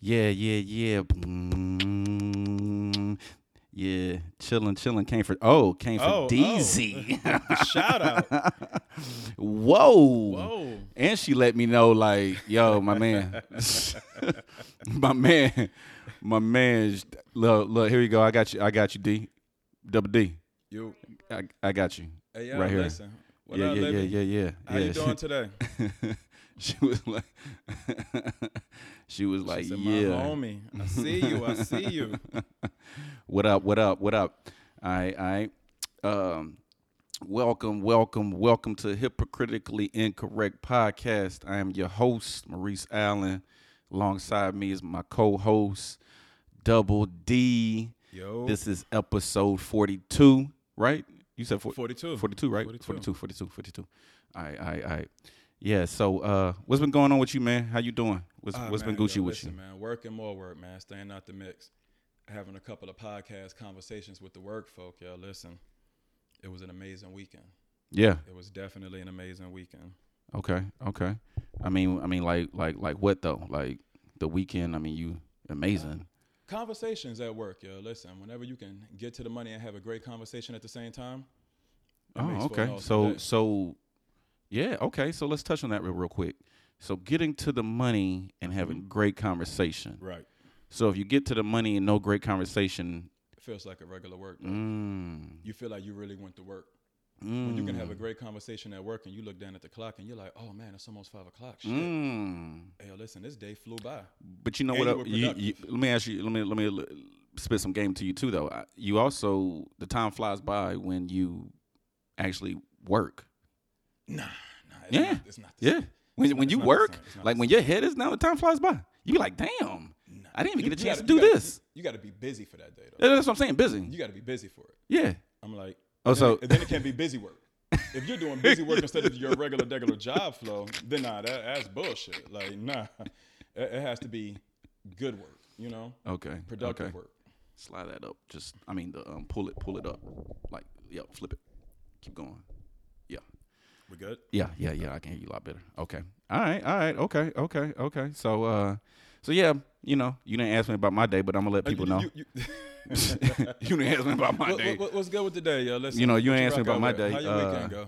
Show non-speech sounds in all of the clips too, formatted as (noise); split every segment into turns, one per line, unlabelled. Yeah, yeah, yeah. Mm, yeah, chillin', chillin'. Came for oh, came for
Oh, oh.
DZ.
Shout out.
(laughs) Whoa.
Whoa.
And she let me know, like, yo, my man, (laughs) my man, my man. is- Look, look, here you go. I got you. I got you, D, double D.
You.
I, I got you.
Hey, yo,
Right here.
listen. What
yeah,
up,
yeah,
Libby?
yeah, yeah, yeah.
How
yeah.
you
(laughs)
doing today?
she was like, (laughs) she was like,
She said,
yeah.
My homie. I see you.
(laughs)
I see you.
What up? What up? What up? All right, all right. Um, welcome, welcome, welcome to Hypocritically Incorrect Podcast. I am your host, Maurice Allen. Alongside me is my co-host, Double D.
Yo.
This is episode 42, right? You said 40,
42.
42, right?
42.
42, 42, 42. All right, all right, all right. Yeah, so uh, what's been going on with you, man? How you doing? What's,
Ah,
what's
man,
been Gucci
yo,
with
listen,
you?
man. Work and more work, man. Staying out the mix. Having a couple of podcast conversations with the work folk. Yo, listen. It was an amazing weekend.
Yeah.
It was definitely an amazing weekend.
Okay. Okay. I mean, I mean, like, like, like, what though? Like the weekend. I mean, you amazing.
Conversations at work, yo. Listen, whenever you can get to the money and have a great conversation at the same time. it makes
Oh,
for an
okay.
awesome
So,
day.
so, yeah. Okay. So let's touch on that real, real quick. So getting to the money and
Mm-hmm.
having great conversation.
right.
So if you get to the money and no great conversation,
It feels like a regular work. day.
mm,
You feel like you really went to work.
mm,
When you can have a great conversation at work and you look down at the clock and you're like, oh man, it's almost five o'clock. Shit.
mm.
Hey, yo, listen, this day flew by.
But you know
And
what?
you
uh,
were
You, you,
productive.
let me ask you. Let me let me l- spit some game to you too, though. I- You also the time flies by when you actually work.
Nah, nah. It's
Yeah.
Not, it's not the
Yeah.
same.
When,
not-
when
it's
you
not the
work,
same. It's not
like
the
when your head is down, the time flies by. You be like, damn,
Nah.
I didn't even
You-
get a
you
chance
gotta-
to do
you gotta-
this.
You got to be busy for that day, though.
Yeah, That's what I'm saying. Busy.
You got to be busy for it.
Yeah.
I'm like,
Oh,
and then
so-
it- and then it can be busy work. If you're doing busy work instead of your regular, regular job flow, then nah, that, that's bullshit. Like, nah, it, it has to be good work, you know,
Okay.
productive
okay.
work.
Slide that up. Just, I mean, the, um, pull it, pull it up. Like, yeah, flip it. Keep going. Yeah.
We good?
Yeah, yeah, yeah. I can hear you a lot better. Okay. All right. All right. Okay. Okay. Okay. So, uh, so yeah, you know, you didn't ask me about my day, but I'm gonna let people know.
Uh, You, (laughs) you, you-
(laughs)
(laughs)
you didn't ask me about my
what,
day.
what- what- what's good with today, yo? Listen,
You know, you
what
ain't asking
rock
about my
out with?
day.
How your
Uh,
weekend go?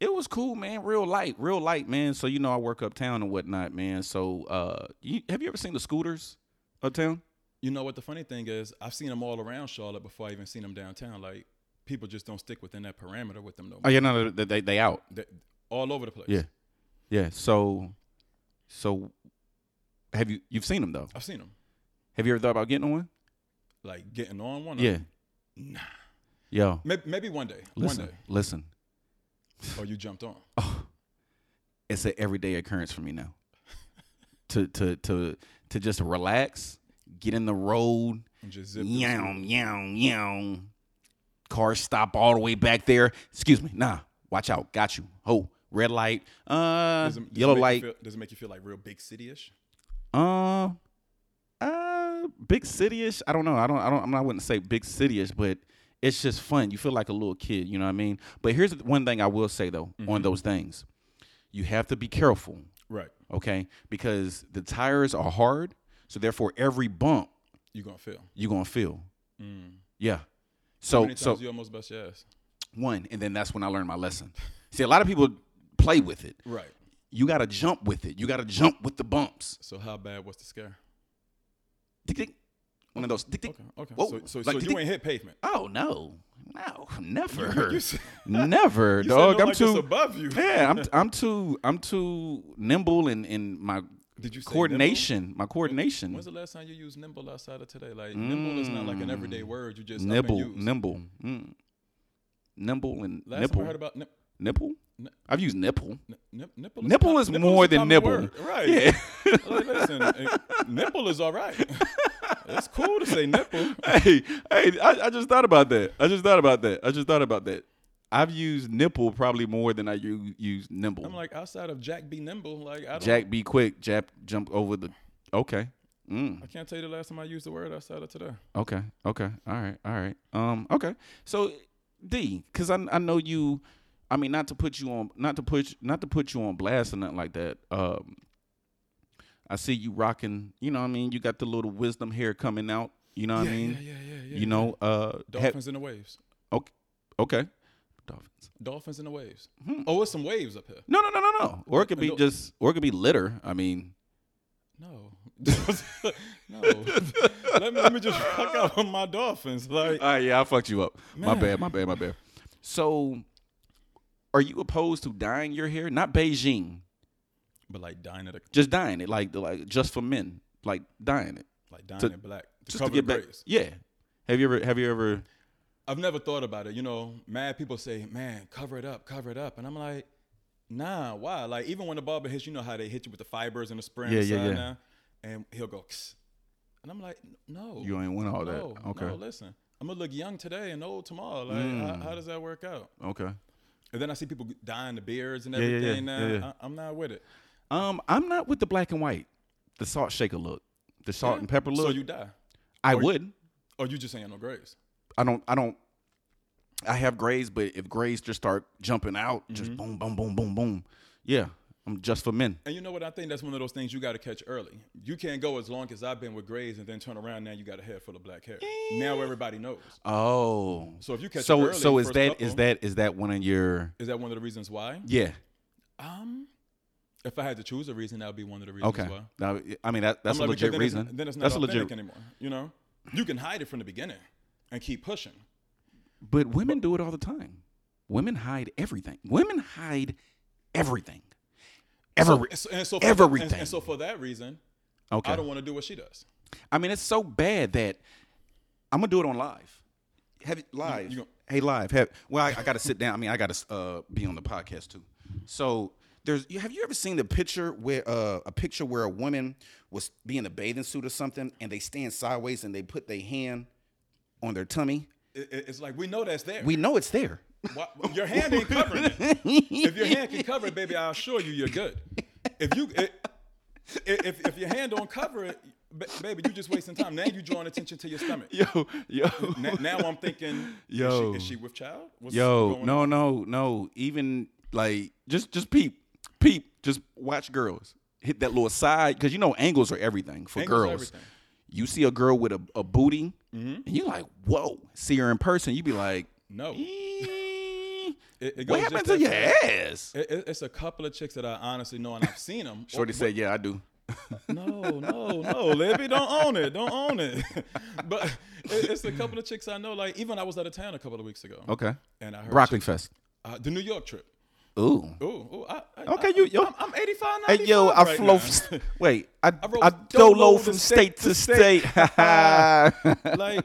It was cool, man. Real light, real light, man. So you know, I work uptown and whatnot, man. So uh, you, have you ever seen the scooters uptown?
You know what the funny thing is? I've seen them all around Charlotte before I even seen them downtown. Like, people just don't stick within that parameter with them no
Oh
more.
yeah, no, no, they they, they out.
They- all over the place.
Yeah. Yeah. So, so have you you've seen them though?
I've seen them.
Have you ever thought about getting one?
Like, getting on one.
Yeah.
Nah.
Yo,
Maybe, maybe one day.
listen,
One day.
listen. (sighs)
Oh, you jumped on.
It's an everyday occurrence for me
(laughs)
now. to to to to just relax, get in the road,
And just zip. through
yum yum yum. Car stop all the way back there. Excuse me. Nah, watch out. Got you. Oh, red light. Uh,
Does it- does it
yellow
make you
light.
feel- does it make you feel like real big city ish?
Uh, uh, big city-ish. I don't know. I don't. I don't. I'm not. I wouldn't say big city-ish, but it's just fun. You feel like a little kid. You know what I mean? But here's the one thing I will say though
Mm-hmm.
on those things, you have to be careful,
Right.
okay? Because the tires are hard, so therefore every bump
You're going to feel.
you're gonna feel.
Mm.
Yeah.
How
So
many times
so
you almost bust your ass?
one, and then that's when I learned my lesson. See, a lot of people play with it.
Right.
You got to jump with it. You got to jump with the bumps.
So, how bad was the scare?
Tick tick. One of those. Tick tick.
Okay. Okay.
Whoa.
So, so,
Like,
so
tick,
you
tick.
ain't hit pavement.
Oh no, no, (laughs) never,
(laughs) you said-
(laughs) never,
You said
dog. I'm
no like it's
too.
above you.
(laughs)
(laughs)
Yeah, I'm. I'm too. I'm too nimble in in my
Did you say nimble?
coordination. My coordination.
When's the last time you used nimble outside of today? Like nimble is not like an everyday word you just up and
Mm. Nibble,
use.
nimble, mm. nimble, and
Last time I
nipple.
heard about nip,
Nipple.
Ni-
I've used nipple.
nip, nip- nipple.
Nipple
co-
is
a
more than
common
nibble.
word. right?
Yeah.
(laughs) Like, listen, eh, nipple is all right. (laughs) it's cool to say nipple.
(laughs) hey, hey, I, I just thought about that. I just thought about that. I just thought about that. I've used nipple probably more than I u- use nimble.
I'm like outside of Jack be nimble. Like I don't.
Jack, be quick. Jack, jump over the. Okay. Mm.
I can't tell you the last time I used the word outside of today.
Okay. Okay. All right. All right. Um. Okay. So, D, because I I know you. I mean, not to put you on, not to put, not to put you on blast or nothing like that. Um. I see you rocking. You know what I mean? You got the little wisdom hair coming out. You know what
yeah,
I mean?
yeah, yeah, yeah, yeah.
you know, uh, ha-
Dolphins in the waves.
okay, okay, dolphins.
Dolphins in the waves.
Hmm.
Oh, it's some waves up here.
No, no, no, no, no. Or it could be
No.
just, or it could be litter. I mean,
No, (laughs) no. let, me, let me just rock out with my dolphins. Like,
all right, yeah, I fucked you up. My
Man.
bad, my bad, my bad. So, are you opposed to dyeing your hair? Not Beijing,
but like dying at a,
just dyeing it, like like just for men, like dyeing it,
like dying
To-
in black. To
just
cover
to get back.
grays.
Yeah. Have you ever? Have you ever?
I've never thought about it. You know, mad people say, man, cover it up, cover it up. And I'm like, nah, why? Like, even when the barber hits, you know how they hit you with the fibers and the spray
Yeah,
inside
yeah, yeah.
now? And he'll go, Kss. and I'm like, no.
You ain't want all that.
Oh. no,
okay. Mm.
No, listen. I'm going to look young today and old tomorrow. Like, how, how does that work out?
Okay.
And then I see people dyeing the beards and
Yeah, yeah, yeah,
everything now.
yeah, yeah.
I, I'm not with it.
Um, I'm not with the black and white, the salt shaker look, the salt and pepper look.
So you die.
I would.
Or you just ain't no grace.
I don't. I don't. I have grays, but if grays just start jumping out, just
Mm-hmm.
boom, boom, boom, boom, boom. Yeah, I'm just for men.
And you know what? I think that's one of those things you got to catch early. You can't go as long as I've been with grays and then turn around now you got a head full of black hair. Now everybody knows.
Oh,
So if you catch
so
early,
so is
first
that is
couple-
that is that one of your
Is that one of the reasons why?
yeah
Um, if I had to choose a reason, that would be one of the reasons
okay?
why.
Now, I mean that, that's
I'm
a
like,
legit
because then
reason.
It's, then it's not
that's a
authentic
legit.
anymore. You know, you can hide it from the beginning and keep pushing.
But women do it all the time. Women hide everything. Women hide everything.
So-
Every,
and so- and so for- and-
everything.
and so for that reason,
okay.
I don't want to do what she does.
I mean, it's so bad that I'm gonna do it on live. Have it live.
you gon-
hey, live. Have well, I, I gotta sit down. I mean, I gotta uh, be on the podcast too. So there's. you- Have you ever seen the picture where uh, a picture where a woman was being a bathing suit or something, and they stand sideways and they put their hand on their tummy?
It- it- it's like we know that's there.
We know it's there. (laughs)
Why- your hand ain't covering it. If your hand can cover it, baby, I assure you, you're good. If you i- i- if if your hand don't cover it, ba- baby, you just wasting time. Now you drawing attention to your stomach.
Yo, yo,
Now, now I'm thinking,
Yo.
is, she, is she with child? What's
yo.
going
No, no, no. Even like just just peep, peep. Just watch girls hit that little side because you know angles are everything for
Angles are
girls.
everything. Mm-hmm.
You see a girl with a, a booty, and you're like, whoa. See her in person, you be like,
No.
"Eh, (laughs)
It- it
what
goes
happened
just
to
that
your
far.
ass?
It, it- it's a couple of chicks that I honestly know, and I've seen them.
Shorty said, yeah, I do.
No, no, no, Libby, don't own it, don't own it. (laughs) but it, it's a couple of chicks I know. Like even I was out of town a couple of weeks ago,
Okay.
and I heard
Broccoli fest.
uh, the New York trip.
Ooh.
Ooh, ooh I, I,
Okay,
I,
you- yo.
I'm, I'm 85, 95
Hey yo, I
right
flow.
now.
F- wait,
(laughs)
I
rode
I
dolo
dolo from state to state.
(laughs)
(laughs) That's
like,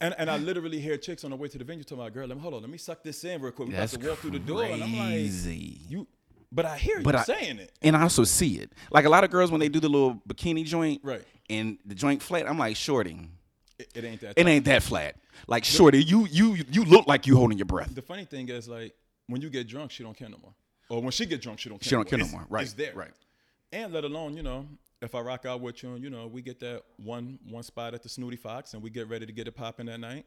and and I literally hear chicks on the way to the venue talking about, girl, let me hold on, let me suck this in real quick. We about to walk through the door, and I'm like,
crazy.
you. But I hear
But
you
I-
saying it.
and I also see it. Like a lot of girls when they do the little bikini joint,
Right.
And the joint flat, I'm like, shorty,
It, it ain't that.
it ain't that flat. Like, shorty, you you you look like you holding your breath.
The funny thing is, like, when you get drunk, she don't care no more. Or when she get drunk, she don't care.
She don't care no
It's-
more. Right,
It's there.
right.
And let alone, you know, if I rock out with you and you know we get that one one spot at the Snooty Fox and we get ready to get it popping that night,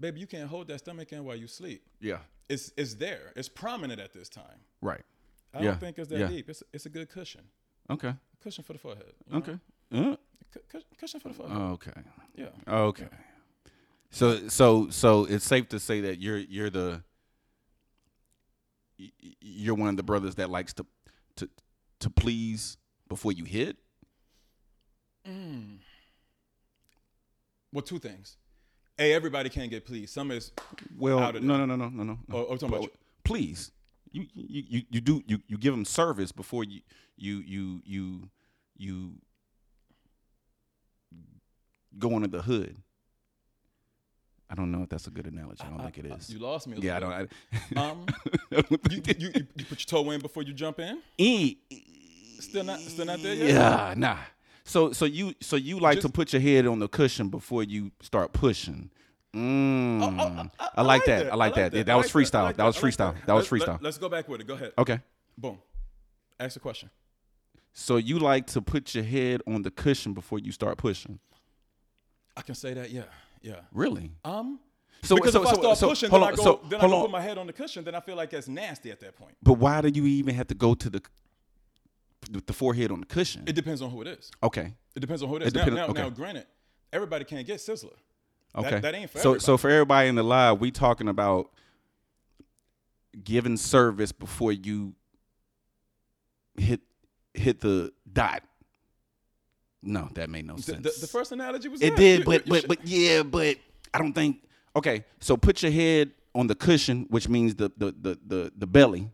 baby, you can't hold that stomach in while you sleep.
Yeah,
It's it's there. It's prominent at this time.
right.
I
Yeah,
don't think it's that
yeah.
deep. It's it's a good cushion.
Okay,
Cushion for the forehead. you know?
okay, Uh,
Cu- cu- Cushion for the forehead.
okay,
yeah.
okay. So so so it's safe to say that you're you're the y- y- you're one of the brothers that likes to to to please before you hit.
Well, two things. A, everybody can't get pleased. Some is
Well,
Out
no,
of
no, no, no, no, no.
Oh, oh, talking about you.
please. You, you you you do you you give them service before you you you you you go into the hood. I don't know if that's a good analogy. I don't think it is.
you lost me. a
yeah, I
little
don't. I,
bit. Um,
I don't (laughs)
you,
think
you, you, you put your toe in before you jump in.
E-
Still not- still not there yet?
Yeah, nah. So so you so you like to
Just- Oh,
put your head on the cushion before you start pushing. Mm.
I-
I, like that. I like that. Yeah, that
I
was
like I
freestyle.
like
that was
I like
freestyle. That was
Let-
freestyle. Oh.
Let, us go back with it. Go ahead.
Okay.
Boom. Ask a question.
So you like to put your head on the cushion before you start pushing.
I can say that. Yeah. Yeah.
Really?
Um.
So
Because
so
if I
so,
start
so
pushing,
hold
then
on.
I go,
so
then I
hold
go
on.
put my head on the cushion. Then I feel like that's nasty at that point.
but why do you even have to go to the with the forehead on the cushion.
It depends on who it is.
okay.
It depends on who it is.
It
Now,
depend-
now,
okay.
now, granted, everybody can't get Sizzler.
Okay.
that ain't for
so so for everybody in the live, we talking about giving service before you hit hit the dot. No, that made no
The,
sense.
the, the first analogy was
it
that.
did,
You-
but
you
but
should-
but yeah, but I don't think. Okay, so put your head on the cushion, which means the the the the, the belly.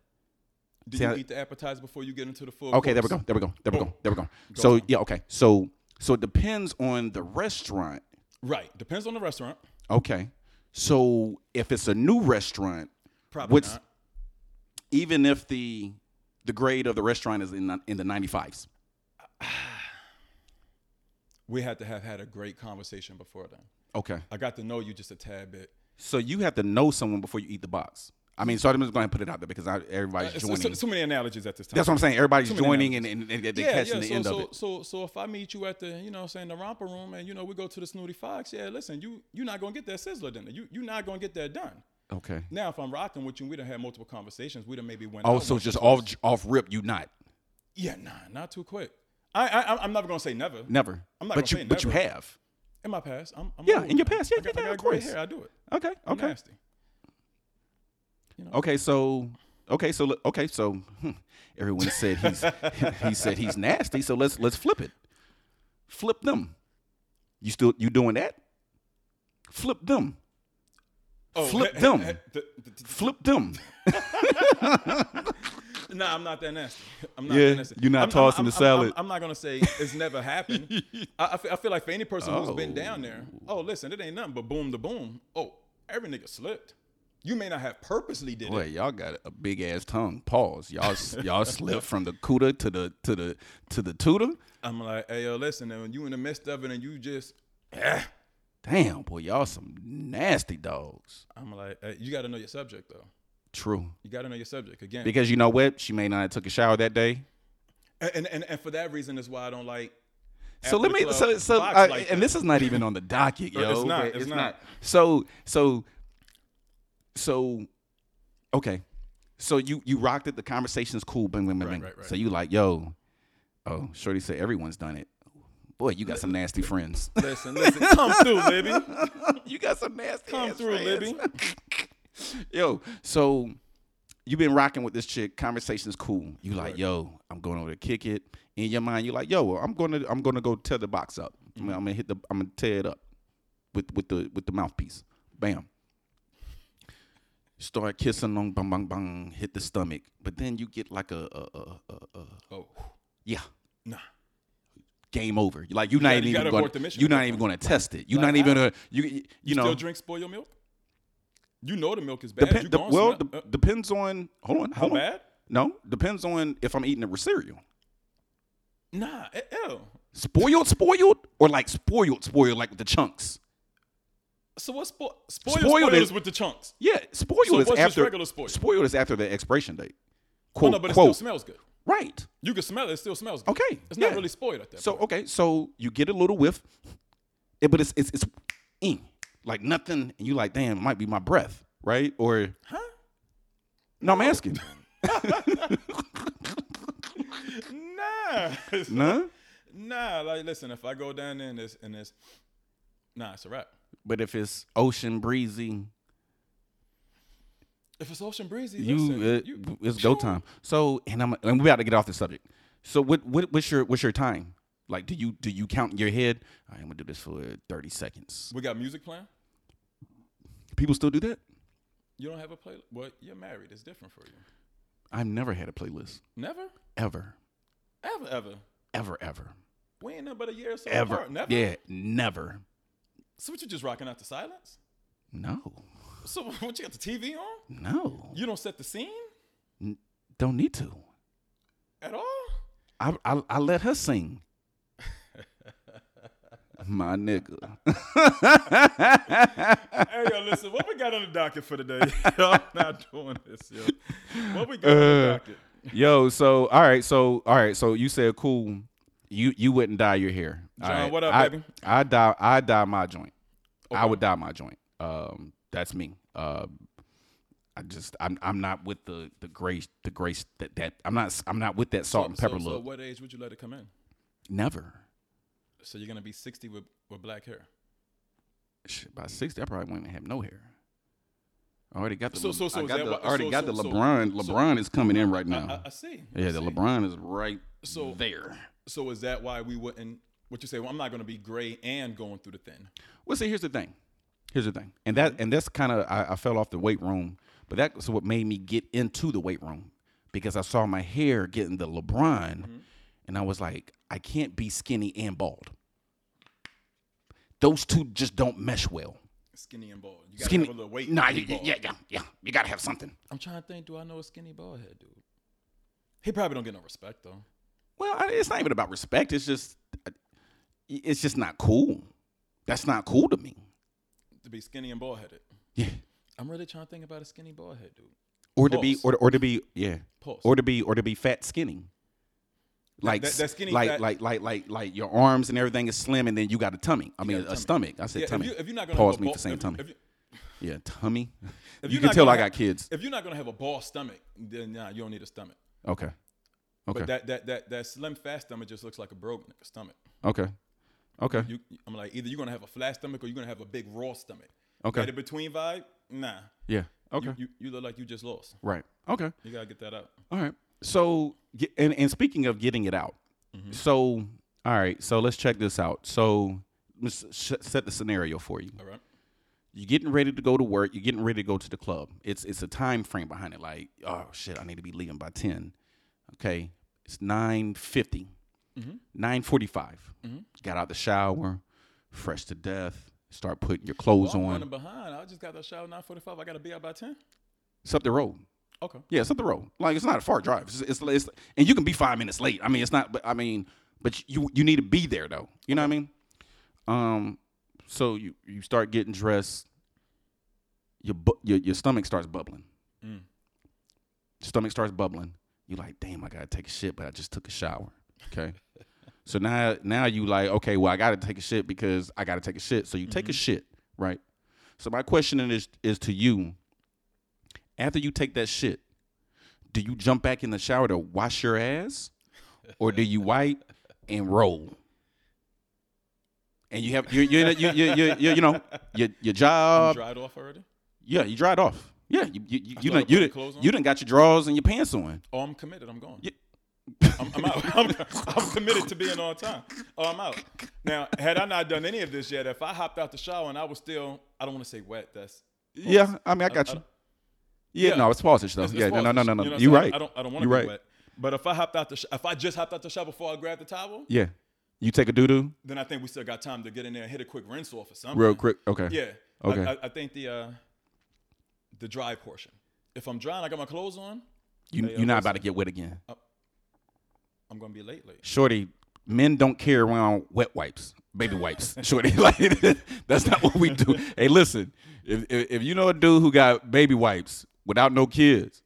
Did
see
you
how-
eat the appetizer before you get into the full?
Okay, there we
course?
go. There we go. There we go. There we go.
Go
So
on.
yeah, okay. So so it depends on the restaurant.
Right. Depends on the restaurant.
Okay. So if it's a new restaurant,
Probably
What's-
not.
even if the the grade of the restaurant is in in the 95s.
We had to have had a great conversation before then.
Okay.
I got to know you just a tad bit.
So you have to know someone before you eat the box. I mean, so I'm just going to put it out there because I, everybody's
It's-
joining.
it's- it's too many analogies at this time.
That's what I'm saying. Everybody's
too many
joining and, and, and they're catching the
so,
end
so,
of it.
So, so if I meet you at the, you know, what I'm saying the romper room, and you know, we go to the Snooty Fox. Yeah, listen, you you're not gonna get that sizzler dinner. You you're not gonna get that done.
Okay.
Now, if I'm rocking with you, we done had multiple conversations. We done maybe went. out
Also, Oh,
once or
just
twice.
off off rip, you not
Yeah, nah, not too quick. I, I I'm never gonna say never.
never.
I'm not
but you
gonna say
but you
never.
have.
In my past, I'm, I'm
Yeah,
old,
in your
man.
past, yeah,
I got,
yeah,
I
yeah,
got
of
gray
course.
hair. I do it.
Okay.
I'm
Okay.
nasty.
Okay. So. Okay, so le- okay, so hmm, everyone said he's (laughs) he said he's nasty. So let's let's flip it, flip them. You still you doing that? Flip them. Flip
he-
them.
he- th- th- th-
Flip them.
Nah, I'm not that nasty. I'm not
Yeah,
that nasty.
you're not
I'm- I'm-
tossing
I'm-
the
I'm-
salad.
I'm, I'm not gonna say
(laughs)
it's never happened. I, I, feel, I feel like for any person who's been down there, oh listen, it ain't nothing but boom the boom. Oh, every nigga slipped. You may not have purposely did
Boy,
it.
y'all got a big ass tongue. Pause. Y'all s- y'all slipped from the cuda to the to the to the tutor.
I'm like, hey yo, listen, and when you in the midst of it and you just, eh,
Damn, boy, y'all some nasty dogs.
I'm like, hey, you gotta know your subject though.
True.
You gotta know your subject again.
Because you know what? She may not have took a shower that day.
and, and and for that reason is why I don't like.
So let
after
me
the
so
club
so
box
I,
like
and
that.
this is not even on the
(laughs)
docket, yo.
it's not,
but
it's not.
So so so okay. So you you rocked it. The conversation's cool. Bing, bing, bing, bing.
right, right.
So you like yo? Oh, Shorty said everyone's done it. Boy, you got some nasty friends.
Listen, listen, come through,
(laughs)
baby.
you got some nasty.
Come
ass
through,
friends.
Libby.
(laughs) Yo, so you've been rocking with this chick. Conversation's cool. You like, yo, I'm going over to kick it. In your mind, you're like, yo, well, I'm gonna, I'm gonna go tear the box up. I'm
Mm-hmm.
gonna- I'm gonna hit the, I'm gonna tear it up with with the with the mouthpiece. Bam. Start kissing on, bang, bang, bang. Hit the stomach, but then you get like a, a, a, a, a
Oh,
yeah.
nah.
Game over. You're Like you're not
gotta- you
even
gotta
going.
abort the mission
You're
at that
not even going to test it. You're
Like,
not even
how?
going to. You you,
You,
know.
still drink spoiled milk? You know the milk is bad. you
Depend, de-
gone
well,
smell-
de-
uh,
depends on. Hold on.
how
Hold on.
bad?
No, depends on if I'm eating a cereal.
Nah, e- ew.
Spoiled, spoiled, or like spoiled, spoiled, like with the chunks.
So what's spo- spoiled?
Spoiled
Spoiled
is-
is with the chunks.
Yeah, spoiled
So
is
what's just
after
regular spoiled?
is after the expiration date.
Oh,
Quote,
no, but it still
quote.
smells good.
right.
You can smell it. It still smells good.
Okay.
It's not
yeah.
really spoiled at that.
So
point.
okay, so you get a little whiff, eh, but it's it's it's eh, like nothing, and you like, damn, it might be my breath, right? Or
Huh?
no, I'm
(laughs)
asking.
Nah. (laughs)
nah.
nah. Like, listen, if I go down there and it's and it's, nah, it's a wrap.
But if it's ocean breezy,
If it's ocean breezy,
you,
listen,
it,
you
it's go
Phew.
time. So, and I'm and we about to get off the subject. So, what, what what's your what's your time? Like, do you do you count in your head? "All right, I'm gonna do this for 30 seconds.
We got music playing.
People still do that.
You don't have a playlist. Well, you're married. It's different for you.
I've never had a playlist
Never,
ever,
ever, ever.
ever, ever,
We ain't nothing but a year or so
ever.
apart. Never.
Yeah, never.
So what you just rocking out to silence?
No,
So (laughs) what you got the TV on?
no,
You don't set the scene
don't need to.
at all.
I I, I let her (laughs) sing. My nigga. (laughs)
hey yo, listen, what we got on the docket
(laughs)
for today? (laughs) yo, I'm not doing this, yo. What we got on the
Uh,
docket?
Yo, so all right, so all right, so you said cool. You you wouldn't dye your hair. All
John,
right,
what up,
I,
baby?
I dye I dye my joint. I would dye my joint. Um, that's me. Uh, I just I'm I'm not with the the grace the grace that that I'm not I'm not with that salt and pepper
so,
look.
So what age would you let it come in?
Never.
So you're gonna be 60 with, with black hair.
Shit, by sixty, I probably won't even have no hair. I already got the.
So-
Le-
so- so
I
is
got
that
the,
why-
already
so-
got
so-
the
so-
LeBron.
so-
LeBron is coming in right now.
I, I see. I
yeah, the
see.
LeBron is right
So-
there.
So is that why we wouldn't? What you say? Well, I'm not gonna be gray and going through the thin.
Well, see, here's the thing. Here's the thing, and that and that's kind of I, I fell off the weight room, but that's what made me get into the weight room because I saw my hair getting the LeBron, and I was like, I can't be skinny and bald. Those two just don't mesh well.
Skinny and bald. You gotta
Skinny,
have a little weight.
nah,
to be
yeah, yeah,
bald.
yeah, yeah, yeah. You gotta have something.
I'm trying to think. Do I know a skinny bald head dude? He probably don't get no respect though.
Well, I, it's not even about respect. It's just, it's just not cool. That's not cool to me.
To be skinny and bald headed.
Yeah.
I'm really trying to think about a skinny bald head dude.
Or to be,
Pause.
or to, or to be, yeah.
Pause.
Or to be, or to be fat skinny. Like
that- that skinny
like,
fat-
like like like like your arms and everything is slim, and then you got a tummy. I mean,
got
a
a tummy.
stomach. I said
Yeah, if,
tummy.
you, if you're not gonna
pause
have a
me
bald-
for saying
if-
tummy.
if you-
yeah, tummy.
(laughs) if
you
you're
can
not
tell
gonna
I got
have-
kids.
If you're not gonna have a bald stomach, then nah, you don't need a stomach.
Okay. Okay.
But that that that that slim fat stomach just looks like a broke nigga stomach.
okay. Okay.
You, I'm like either you're gonna have a flat stomach or you're gonna have a big raw stomach.
Okay.
That in between vibe, nah.
yeah. Okay.
You, you you look like you just lost.
right. Okay.
You gotta get that out.
All right. So, ge- and and speaking of getting it out,
Mm-hmm.
so all right. So let's check this out. So let's sh- set the scenario for you.
All right.
You're getting ready to go to work. You're getting ready to go to the club. It's it's a time frame behind it. Like, oh shit, I need to be leaving by ten. Okay, it's nine nine forty five. Got out the shower, fresh to death. Start putting your clothes
Well, I'm running
on.
behind. I just got that shower 9:45. I gotta be out by 10.
It's up the road.
Okay.
Yeah, it's up the road. Like it's not a far drive. It's, it's, it's and you can be five minutes late. I mean, it's not. But I mean, but you you need to be there though. You know what I mean? Um, so you you start getting dressed. Your bu- your your stomach starts bubbling.
Mm.
Stomach starts bubbling. You like, damn, I gotta take a shit, but I just took a shower. Okay. so now now you like, okay, well, I gotta take a shit because I gotta take a shit. So you take a shit, right? So my question is is to you. After you take that shit, do you jump back in the shower to wash your ass or do you wipe and roll and you have you you you you you, you, you know your your
I'm
job
dried off already.
yeah you dried off yeah you you you, you
thought I
done you
put
done,
clothes on.
you done got your drawers and your pants on
Oh, I'm committed. I'm going.
Yeah.
I'm, I'm out. (laughs) I'm, I'm committed to being on time. Oh, I'm out. Now, had I not done any of this yet, if I hopped out the shower and I was still, I don't want to say wet. That's
yeah I mean I got
I
you
don't-
yeah,
yeah.
no it's sausage though
it's- it's
yeah no no
false.
no no no
You know what I'm
you
saying?
right
I don't. I don't want
You
to be
right.
wet. But if I hopped out the, sh- if I just hopped out the shower before I grabbed the towel,
yeah you take a doo doo
then I think we still got time to get in there and hit a quick rinse off or something.
real quick okay
Yeah. I-
Okay.
I, I, think the uh, the dry portion. If I'm drying, I got my clothes on.
you
Hey, uh,
you're not
listen.
about to get wet again
I'm gonna be late. Late.
shorty, men don't carry around wet wipes, baby
(laughs)
wipes. Shorty, (laughs) like that's not what we do. hey, listen, if, if if you know a dude who got baby wipes without no kids,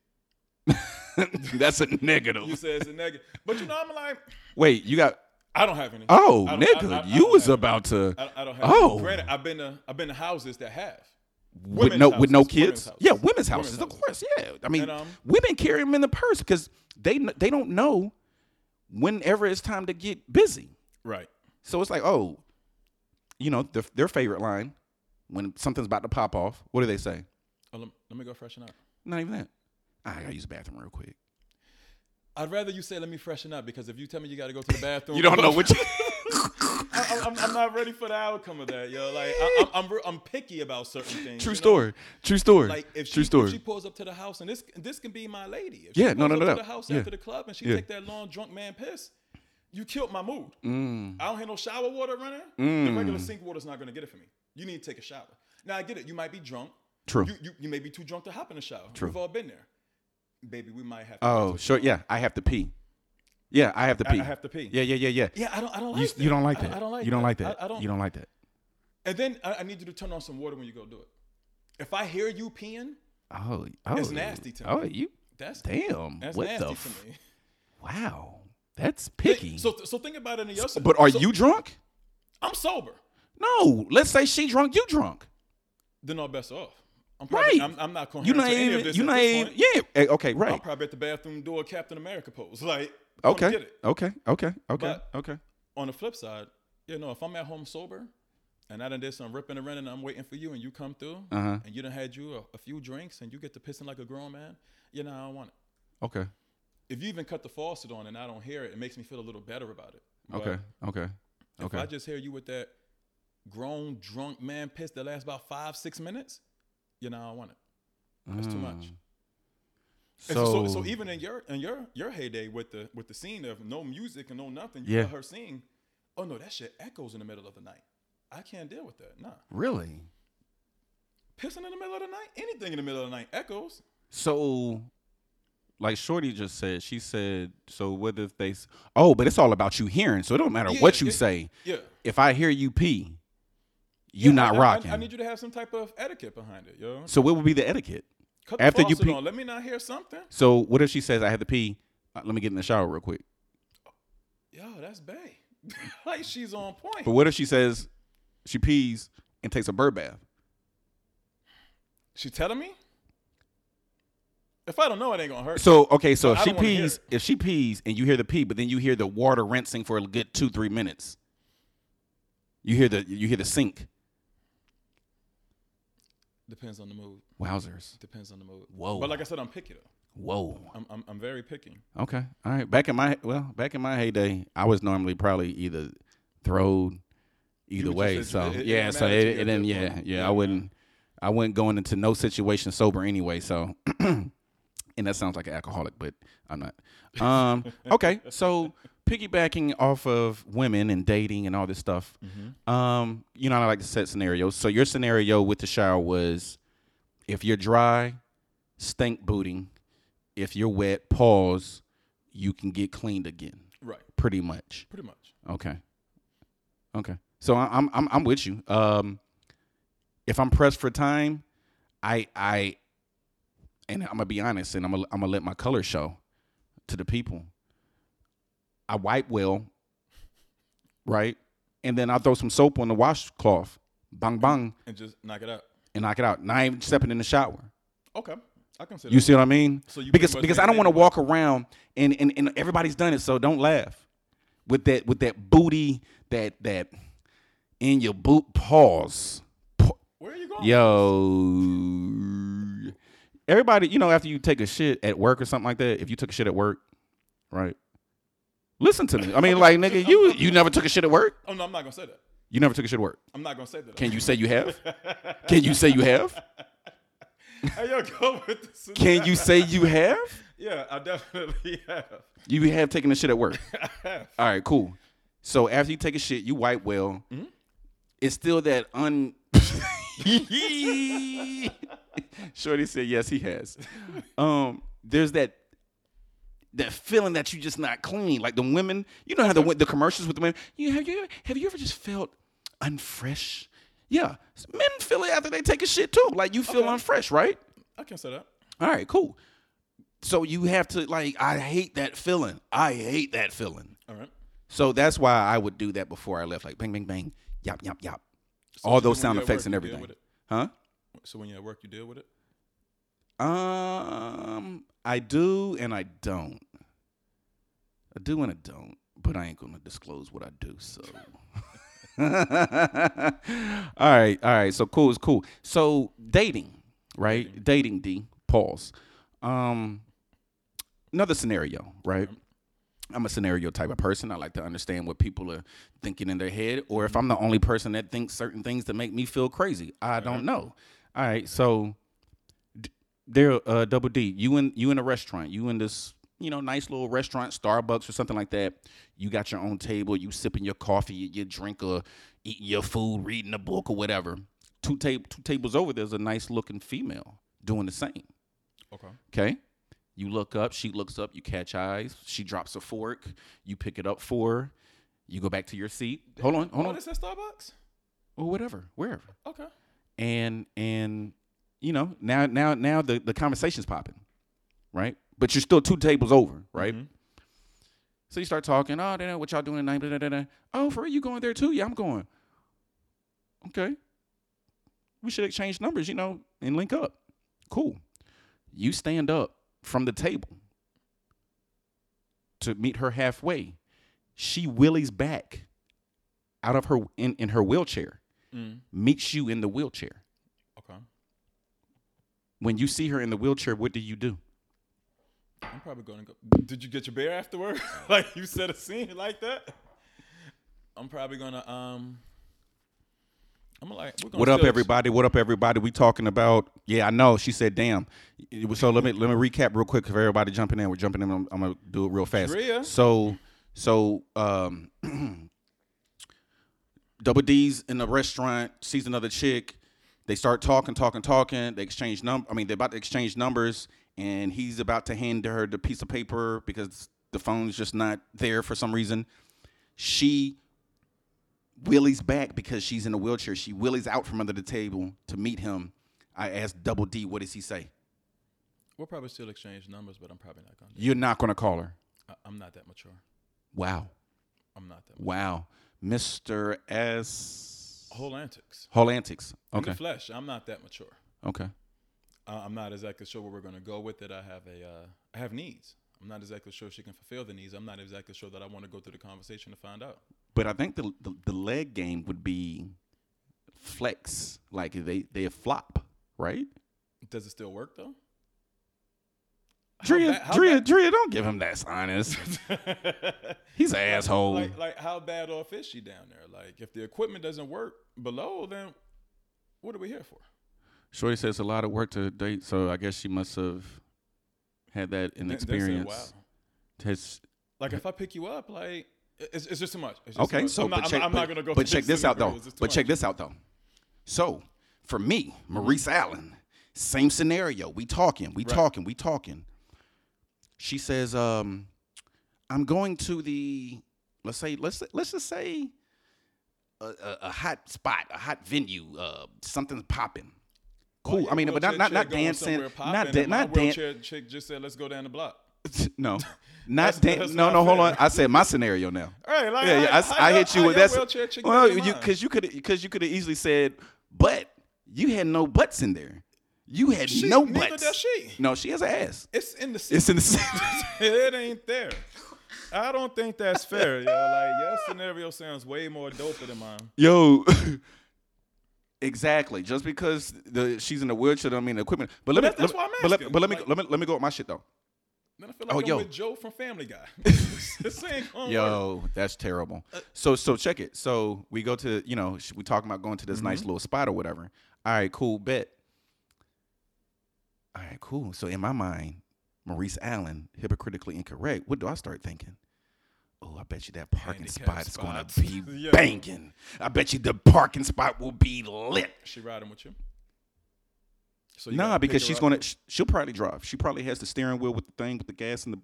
(laughs) that's a
You
negative.
said it's a negative, but you know I'm like,
Wait, you got
I don't have any.
oh
I don't- I-
nigga,
I- I
you
don't
was
have-
about to
I, I don't have.
Oh.
granted, I've been to I've been to houses that have.
with
women's
no with no
houses,
kids.
women's houses.
yeah, women's houses,
Women's
of course. Yeah, I mean,
And, um,
women carry them in the purse because they kn- they don't know whenever it's time to get busy.
Right.
So it's like, oh, you know, their, their favorite line when something's about to pop off, what do they say?
Oh, lem- let, me go freshen up.
Not even that. "Ah, I gotta use the bathroom real quick.
I'd rather you say let me freshen up because if you tell me you got to go to the
(laughs)
bathroom,
You don't know what you.
(laughs) I, am I'm not ready for the outcome of that, yo. Like I, I'm, I'm re- I'm picky about certain things.
True
you know?
story. True story.
Like if she,
True story.
if she pulls up to the house and this this can be my lady. If
Yeah,
she
no,
pulls
no, no,
up
no.
To the house
Yeah.
after the club and she
Yeah.
take that long drunk man piss. You killed my mood.
Mm,
I don't have no shower water running. The regular sink water's not gonna get it for me. You need to take a shower. Now I get it. You might be drunk.
True.
You you, you may be too drunk to hop in the shower. We've all been there. Baby, we might have. To
oh, sure. Yeah, I have to pee. Yeah, I have to
I, I
pee.
have to pee.
Yeah, yeah, yeah, yeah.
Yeah, I don't. I don't like
You,
that.
you don't like
I-
that.
I, don't like.
You don't like that.
I, I don't.
You don't like that.
And then I, I need you to turn on some water when you go do it. If I hear you peeing,
Oh, oh.
It's nasty to me.
Oh, you.
that's
Damn.
That's
what
nasty
the?
to
F-
me.
wow. That's picky.
(laughs) So so think about it in your.
but are
so-
you drunk?
I'm sober.
No. Let's say she drunk. You drunk.
Then I'm best off. I'm
Right.
probably, I'm, I'm not coherent
You
to
not
any of
even.
this
You
at
not
this
even.
point.
Yeah. eh, Okay.
I'm
Right.
probably at the bathroom door Captain America pose. (laughs) Like, I don't
Okay.
Get it.
Okay. Okay. Okay.
But-
Okay.
On the flip side, you know, if I'm at home sober and I done did some ripping and running and I'm waiting for you and you come through
Uh-huh.
and you done had you a, a few drinks and you get to pissing like a grown man, you know, I don't want it.
Okay.
If you even cut the faucet on and I don't hear it, it makes me feel a little better about it. But
Okay. Okay.
If
Okay.
I just hear you with that grown, drunk man piss that lasts about five, six minutes, you know, I don't want it. That's too much.
Mm.
And So, so, so
So-
even in your in your your heyday with the with the scene of no music and no nothing, you
Yeah.
got her sing. Oh no, that shit echoes in the middle of the night. I can't deal with that. Nah,
Really?
pissing in the middle of the night, anything in the middle of the night echoes.
So, like Shorty just said, she said, so what if they, s- oh, but it's all about you hearing. So it don't matter
Yeah,
what you
it-
say.
Yeah,
If I hear you pee, you
Yeah,
not
I- I-
rocking.
I, need you to have some type of etiquette behind it, yo.
so what would be the etiquette?
Cut the
after
after
you pee-
on. Let me not hear something.
So what if she says, I had to pee? Uh, let me get in the shower real quick.
Yo, that's bae. (laughs) like she's on point.
But what if she says she pees and takes a bird bath?
She telling me? If I don't know, it ain't gonna hurt.
So okay, so
But
if
I
she
don't wanna hear
pees,
it.
if she pees and you hear the pee, but then you hear the water rinsing for a good two three minutes, you hear the you hear the sink.
Depends on the mood.
Wowzers!
Depends on the mood.
Whoa.
But like I said, I'm picky though.
Whoa.
I'm I'm, I'm very picky.
Okay. All right. Back in my well, back in my heyday, I was normally probably either thrown, either
would
way.
just-
So
it- it
yeah,
didn't
so
matter
it,
to you
it
at
didn't.
that
Yeah,
point.
yeah.
Yeah.
I wouldn't. I wouldn't going into no situation sober anyway. So, (clears throat) and that sounds like an alcoholic, but I'm not. Um. okay. So piggybacking off of women and dating and all this stuff. Um. You know, I like to set scenarios. So your scenario with the shower was, if you're dry, stink booting. If you're wet, pause. You can get cleaned again,
Right.
pretty much.
Pretty much.
Okay. Okay. So I- I'm I'm I'm with you. Um, if I'm pressed for time, I I, and I'm gonna be honest, and I'm gonna I'm gonna let my color show to the people. I wipe well, right, and then I throw some soap on the washcloth, bang bang,
And just knock it out.
and knock it out. Not even stepping in the shower.
Okay. I consider
You see what I mean?
So you pretty
because
much
because
made
I don't
it
want to
anyway.
walk around and, and and everybody's done it, so don't laugh with that with that booty that that in your boot paws. Pa-
where are you going?
Yo, everybody, you know, after you take a shit at work or something like that, if you took a shit at work, right? Listen to me. I mean, like nigga, you you never took a shit at work.
Oh no, I'm not gonna say that.
You never took a shit at work.
I'm not gonna say that. (laughs)
Can you say you have? Can you say you have?
Hey, yo, go with this.
Can you say you have?
Yeah, I definitely (laughs) have.
You have taken a shit at work.
have.
All right, cool. So after you take a shit, you wipe well. It's still that un. (laughs) Shorty said yes, he has. Um, there's that that feeling that you just not clean. Like the women, you know how the wo- the commercials with the women. You have you have you ever just felt unfresh? Yeah, men feel it after they take a shit too. Like you feel unfresh, right?
I can say that.
All right, cool. So you have to like, I hate that feeling. I hate that feeling.
All right.
So that's why I would do that before I left. Like bang, bang, bang, yop, yop, yop.
So
All
what
those
you do when
sound
you're at
effects
work,
and
you deal
everything.
with it?
Huh?
So when you're at work, you deal with it.
Um, I do and I don't. I do and I don't, but I ain't gonna disclose what I do. So, (laughs) all right, all right. So cool is cool. So dating, right? Dating, D. Pause. Um, another scenario, right? I'm a scenario type of person. I like to understand what people are thinking in their head, or if I'm the only person that thinks certain things that make me feel crazy. I don't know. All right, so there, uh, double D, you in you in a restaurant, you in this you know nice little restaurant, Starbucks or something like that. You got your own table, you sipping your coffee, your drink, or eating your food, reading a book or whatever. Two table two tables over, there's a nice looking female doing the same.
Okay.
Okay. You look up, she looks up, you catch eyes, she drops a fork, you pick it up for her, you go back to your seat. Hold on, hold
Oh,
on.
this at Starbucks.
Or whatever, wherever.
Okay.
And and you know, now now now the, the conversation's popping. Right? But you're still two tables over, right?
Mm-hmm.
So you start talking, oh, da, da, what y'all doing tonight? Da, da, da, da. Oh, for real, you going there too? Yeah, I'm going. Okay. we should exchange numbers, you know, and link up. Cool. You stand up from the table to meet her halfway. She willies back out of her in, in her wheelchair,
Mm.
meets you in the wheelchair.
Okay.
When you see her in the wheelchair, what do you do?
I'm probably going to go. Did you get your
(laughs)
beer afterward? (laughs) like you set a scene like that? I'm probably going to um. I'm like, we're gonna
What up,
still-
everybody? What up, everybody? We talking about? Yeah, I know. She said, "Damn." It was- So let me let me recap real quick for everybody jumping in. We're jumping in. I'm, I'm gonna do it real fast.
Drea.
So so um, (clears throat) Double D's in the restaurant sees another chick. They start talking, talking, talking. They exchange num. I mean, they're about to exchange numbers, and he's about to hand her the piece of paper because the phone's just not there for some reason. She Willie's back because she's in a wheelchair. She willies out from under the table to meet him. I asked Double D, what does he say?
We'll probably still exchange numbers, but I'm probably not going to.
You're not going to call her.
I- I'm not that mature.
Wow.
I'm not that.
Wow. Mr. S.
Whole antics.
Whole antics.
In
Okay.
the flesh, I'm not that mature.
Okay.
uh, I'm not exactly sure where we're going to go with it. I have a, uh, I have needs. I'm not exactly sure she can fulfill the needs. I'm not exactly sure that I want to go through the conversation to find out.
But I think the, the, the leg game would be flex. Like they, they flop, right?
Does it still
(laughs)
work though? How
Drea,
bad- how
Drea,
bad-
Drea, don't give him that
(laughs)
sinus. He's an asshole.
Like, like how bad off is she down there? Like, if the equipment doesn't work below, then what are we here for?
Shorty says a lot of work to date, so I guess she must have had that in
They- they said,
experience.
wow.
Has-
Like, if I pick you up, like, it's, it's just too much. It's just too
okay,
much.
so
I'm
but
not, I'm
check,
not- I'm
but,
not gonna go.
but
through
check this out though.
scenario. It's just too
But check
much.
this out though. So for me, Maurice Allen, same scenario. We talking, we
Mm-hmm. Right.
talking, we talking. She says, um, "I'm going to the let's say let's let's just say a, a, a hot spot, a hot venue, uh, something's popping." Cool.
Why your
I mean, but not
wheelchair
not, not
chick going
dancing,
somewhere popping
not
and
da-
my
not dancing.
wheelchair chick just said, "Let's go down the block."
(laughs)
(laughs)
No, not
That's-
Dan-
that's
no,
not
no. Hold
fair.
on. I said my scenario now.
All right,
(laughs)
like,
yeah, yeah. I, s-
how-
I
how
hit you
your-
with
how your
that's
wheelchair chick
well,
get in
you
line?
because you could because you could have easily said, but you had no butts in there. You had
She-
no
neither
butts.
does she.
No, she has an ass.
It's in the
It's
system.
in the.
it ain't there. I don't think that's fair, yo. Like your scenario sounds way more doper than mine.
(laughs) Yo. (laughs) Exactly. Just because the she's in the wheelchair don't mean the equipment. But let
But
me.
that- that's
let,
why I'm
but let,
asking.
but let me
Like-
let me let me go with my shit though.
Then I feel like
Oh,
I'm
yo.
with Joe from
(laughs)
Family Guy. this ain't (laughs) gonna work.
Yo, that's terrible.
Uh,
So so check it. So we go to you know sh- we talking about going to this
Mm-hmm.
nice little spot or whatever. All right, cool bet. All right, cool. So in my mind, Maurice Allen hypocritically incorrect. What do I start thinking? Oh, I bet you that parking
Handicap
spot is going
spots.
to
(laughs)
be
Yo.
banging. I bet you the parking spot will be lit.
She riding with you. So
Nah,
gonna pick
because
her
she's
up?
going to she'll probably drive. She probably has the steering wheel with the thing with the gas and the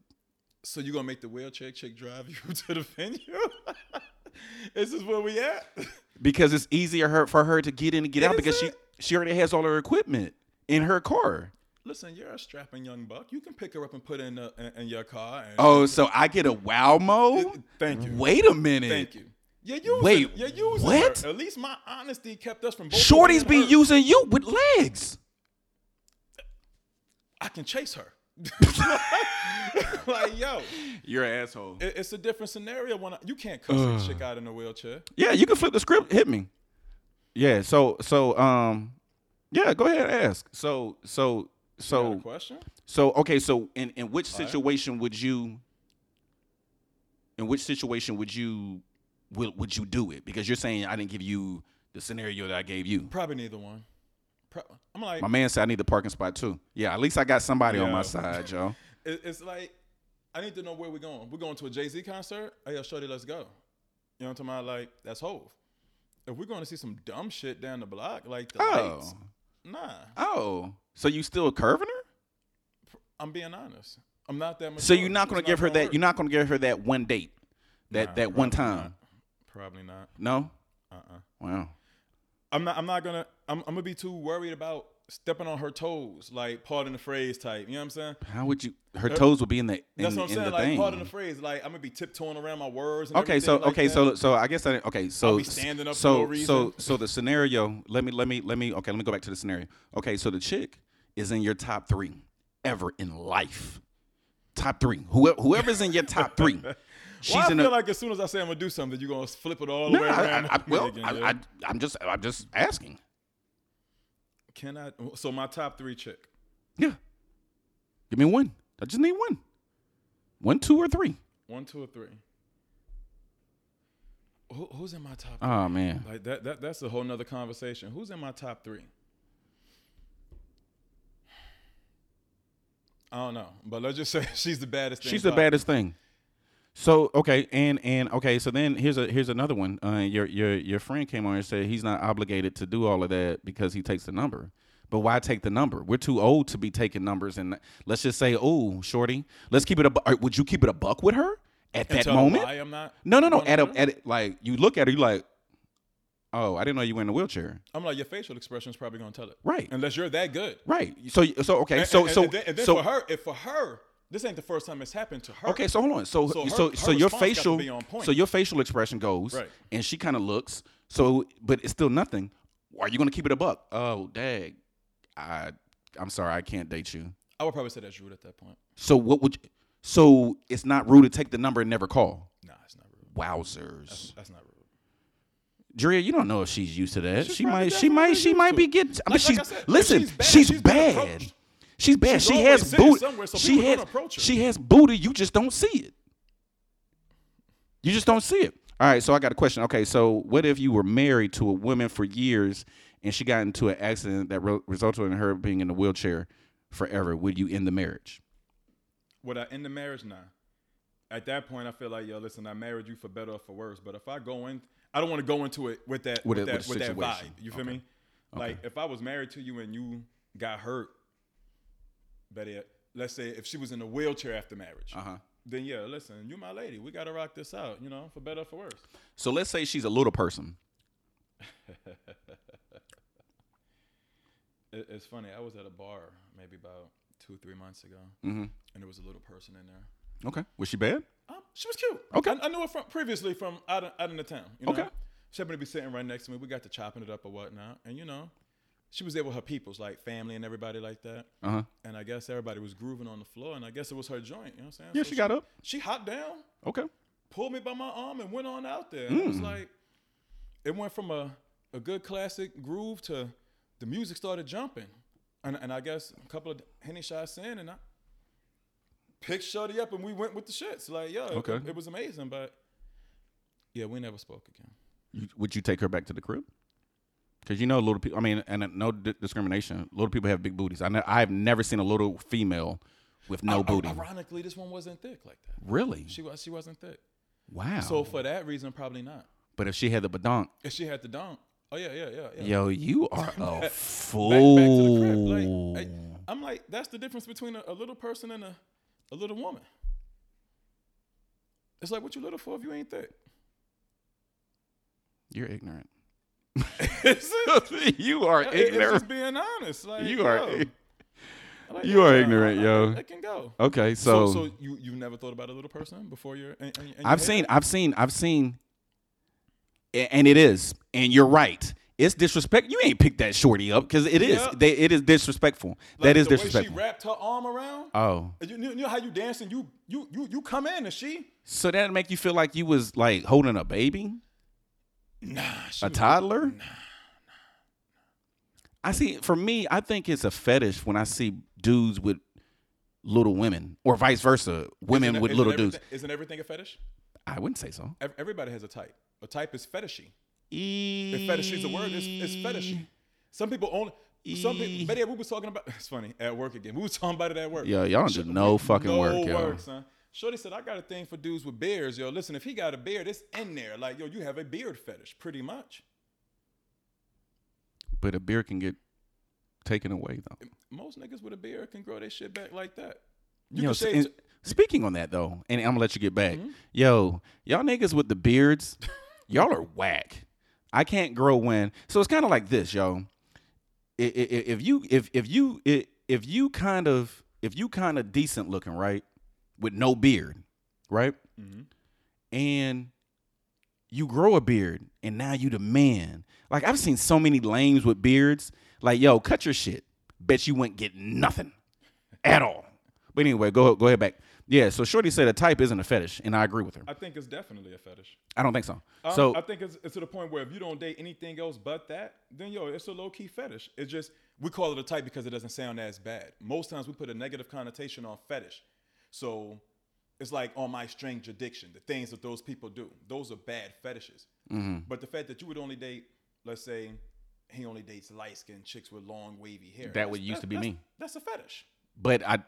So you gonna make the wheelchair chick drive you (laughs) to the venue? this is where we at. (laughs)
because it's easier her, for her to get in and get out
Is
because she
it?
she already has all her equipment in her car.
Listen, you're a strapping young buck. You can pick her up and put her in, the, in, in your car. And
Oh, so I get a wow mo?
Thank you.
Wait a minute.
Thank you. You're using,
Wait,
you're using
what?
her. At least my honesty kept us from both.
Shorty's
picking
be
her.
using you with
(laughs)
legs.
I can chase her. (laughs) like yo,
You're an asshole.
it- it's a different scenario when I, you can't cuss a chick out in a wheelchair.
Yeah, you can flip the script. Hit me. Yeah. So so um, yeah. Go ahead and ask. So so
Got a
so
question?
so okay. So in in which
right.
situation would you? In which situation would you would, would you do it? Because you're saying I didn't give you the scenario that I gave you.
Probably neither one. Pro- I'm like,
My man said I need the parking spot too. Yeah, at least I got somebody on my
Yeah.
side, yo.
it- it's like, I need to know where we're going. We're going to a Jay Z concert. Hey, yo, shorty, let's go. You know what I'm talking about? Like that's Hove. If we're going to see some dumb shit down the block, like (laughs) the lights,
Oh,
nah.
oh. So you still curving her?
I'm being honest. I'm not that much.
So you're not gonna give her that. You're not gonna give her that one date, that
Nah,
that one
probably
time.
Probably not.
No.
Uh-uh.
Wow.
I'm not. I'm not gonna. I'm, I'm gonna be too worried about stepping on her toes, like pardon the phrase type. You know what I'm saying?
How would you? Her toes would be in the in,
That's what I'm
in
saying.
the
Like
thing.
pardon the phrase. Like I'm gonna be tiptoeing around my words. And
okay, so
everything like
okay,
that.
so so I guess I didn't, okay, so
be standing up for
so
no reason.
so so the scenario. Let me let me let me okay. Let me go back to the scenario. Okay, so the chick is in your top three ever in life. Top three. Whoever whoever's in your top
(laughs)
three, she's
Well, I
in a.
feel like as soon as I say I'm gonna do something, you're gonna flip it all the
Nah,
way
I,
(laughs) around.
I- I- well,
again,
I,
yeah.
I, I'm just I'm just asking.
can I? So my top three chick.
Yeah. Give me one. I just need one. One, two, or three.
One, two, or three. Who, who's in my top?
Oh man.
Like that, that that's a whole nother conversation. Who's in my top three? I don't know, but let's just (laughs) say she's the baddest. thing
She's the
popping.
baddest thing. So okay, and and okay, so then here's a here's another one. Uh, your your your friend came on and said he's not obligated to do all of that because he takes the number. But why take the number? We're too old to be taking numbers. And let's just say, oh, shorty, let's keep it a. bu- uh, Would you keep it a buck with her at that
Tell her
moment?
why I'm not.
No, no, no.
one
At a,
of them.
at a, like you look at her, you like, oh, I didn't know you were in a wheelchair.
I'm like your facial expression is probably gonna tell it,
Right.
Unless you're that good.
Right. So so okay.
And-
so
and-
so
and then, and then
so
for her, if for her, this ain't the first time it's happened to her.
Okay, so hold on. So so
So her-
so,
her
your
response got to
facial
be on point.
so your facial expression goes,
Right.
and she kind of looks. So, but it's still nothing. Are you gonna keep it a buck? Oh, dag. I I'm sorry, I can't date you.
I would probably say that's rude at that point.
So what would? You, so it's not rude to take the number and never call.
Nah, it's not rude.
Wowzers,
That's not rude.
Drea, you don't know if she's used to that.
She's
She
probably
might, she might,
definitely
she might
used
be
to it.
getting. I mean,
Like- like
she's
I said, if
listen.
she's
She's
bad,
bad.
she's
She's
been
bad.
approached. She's
she
always
has
sitting
booty.
somewhere, so
she
people don't
has
approach her.
she has booty. You just don't see it. You just don't see it. All right, so I got a question. Okay, so what if you were married to a woman for years and she got into an accident that re- resulted in her being in a wheelchair forever? Would you end the marriage?
Would I end the marriage? Nah. At that point, I feel like, yo, listen, I married you for better or for worse. But if I go in, I don't want to go into it with that
With
with,
a-
that,
with a
with that vibe.
situation.
You feel me? Like if I was married to you and you got hurt, better yet, let's say if she was in a wheelchair after marriage,
huh.
then yeah, listen, you my lady. We gotta rock this out, you know, for better or for worse.
So let's say she's a little person.
It, it's funny. I was at a bar maybe about two, three months ago, and there was a little person in there.
Okay, was she bad?
Um, she was cute.
Okay.
I, I knew her from previously from out of, out in the town. You know?
Okay.
She happened to be sitting right next to me. We got to chopping it up or whatnot. And, you know, she was there with her peoples, like family and everybody like that.
Uh huh.
And I guess everybody was grooving on the floor. And I guess it was her joint. You know what I'm saying?
Yeah,
So
she got up.
She hopped down,
Okay.
pulled me by my arm, and went on out there. And It
Mm.
was like, it went from a, a good classic groove to the music started jumping. And, and I guess a couple of henny shots in, and I picked Shorty up, and we went with the shits. Like, yo,
Okay.
it, it was amazing, but yeah, we never spoke again.
You- would you take her back to the crib? Because you know, little people. I mean, and uh, no di- discrimination. Little people have big booties. I know. I've never seen a little female with no
I- I-
booty.
Ironically, this one wasn't thick like that.
Really?
oh, She was. She wasn't thick.
Wow.
So for that reason, probably not.
but if she had the badonk,
If she had the dunk, oh yeah, yeah, yeah, yeah.
yo,
(laughs)
you are a
Back, back to the crib.
fool.
Like, I, am like, that's the difference between a, a little person and a, a little woman. It's like, what you little for if you ain't thick?
You're ignorant.
(laughs) It's
(laughs)
it.
you are
It- It's
ignorant.
just being honest. Like
You are.
yo. Like,
you are
yeah,
ignorant,
I- I-
yo.
It can go.
Okay,
So,
so,
so you you never thought about a little person before you're. And, and, and you
I've
had
seen,
that?
I've seen, I've seen, a- and it is, and you're right. It's disrespect. You ain't picked that shorty up because it is.
Yeah.
They, it is disrespectful.
Like,
that is
the
disrespectful.
Way she wrapped her arm around.
oh,
And You, you know how you dancing? You you you you come in and she
so that make you feel like you was like holding a baby,
nah she
a
was-
toddler. I see. For me, I think it's a fetish when I see dudes with little women, or vice versa, women
isn't-
with
isn't
little dudes.
everything- Isn't everything a fetish?
I wouldn't say so.
Ev- Everybody has a type. A type is fetishy. If
If
fetishy is a word, it's, it's fetishy. Some people only. Some
Mm.
people. But yeah, we was talking about. (laughs) It's funny at work again. We was talking about it at work.
Yo, y'all don't do no fucking
no
work, yo.
son. Shorty said, "I got a thing for dudes with beards, yo. Listen, if he got a beard, it's in there. Like, yo, you have a beard fetish, pretty much.
But a beer can get taken away though.
Most niggas with a beard can grow their shit back like that.
You
You
know,
can Mm-hmm.
s-
shave.
and speaking on that though, and I'm gonna let you get back. Yo, y'all niggas with the
(laughs)
beards, y'all are whack. I can't grow one. So it's kind of like this, yo. i- i- i- if you if if you i- if you kind of if you kind of decent looking, right, with no beard, right,
Mm-hmm.
and you grow a beard, and now you the man. Like I've seen so many lames with beards. Like yo, cut your shit. Bet you wouldn't get
(laughs)
nothing at all. But anyway, go go ahead back. Yeah, so Shorty said a type isn't a fetish, and I agree with her.
I think it's definitely a fetish.
I don't think so.
Um,
so
I think it's, it's to the point where if you don't date anything else but that, then yo, it's a low key fetish. It's just we call it a type because it doesn't sound as bad. Most times we put a negative connotation on fetish, so it's like on my strange addiction, the things that those people do. Those are bad fetishes.
Mm-hmm.
But the fact that you would only date, let's say, he only dates light skinned chicks with long wavy hair.
That would
that's-
used to be
that's-
me.
That's a fetish.
but I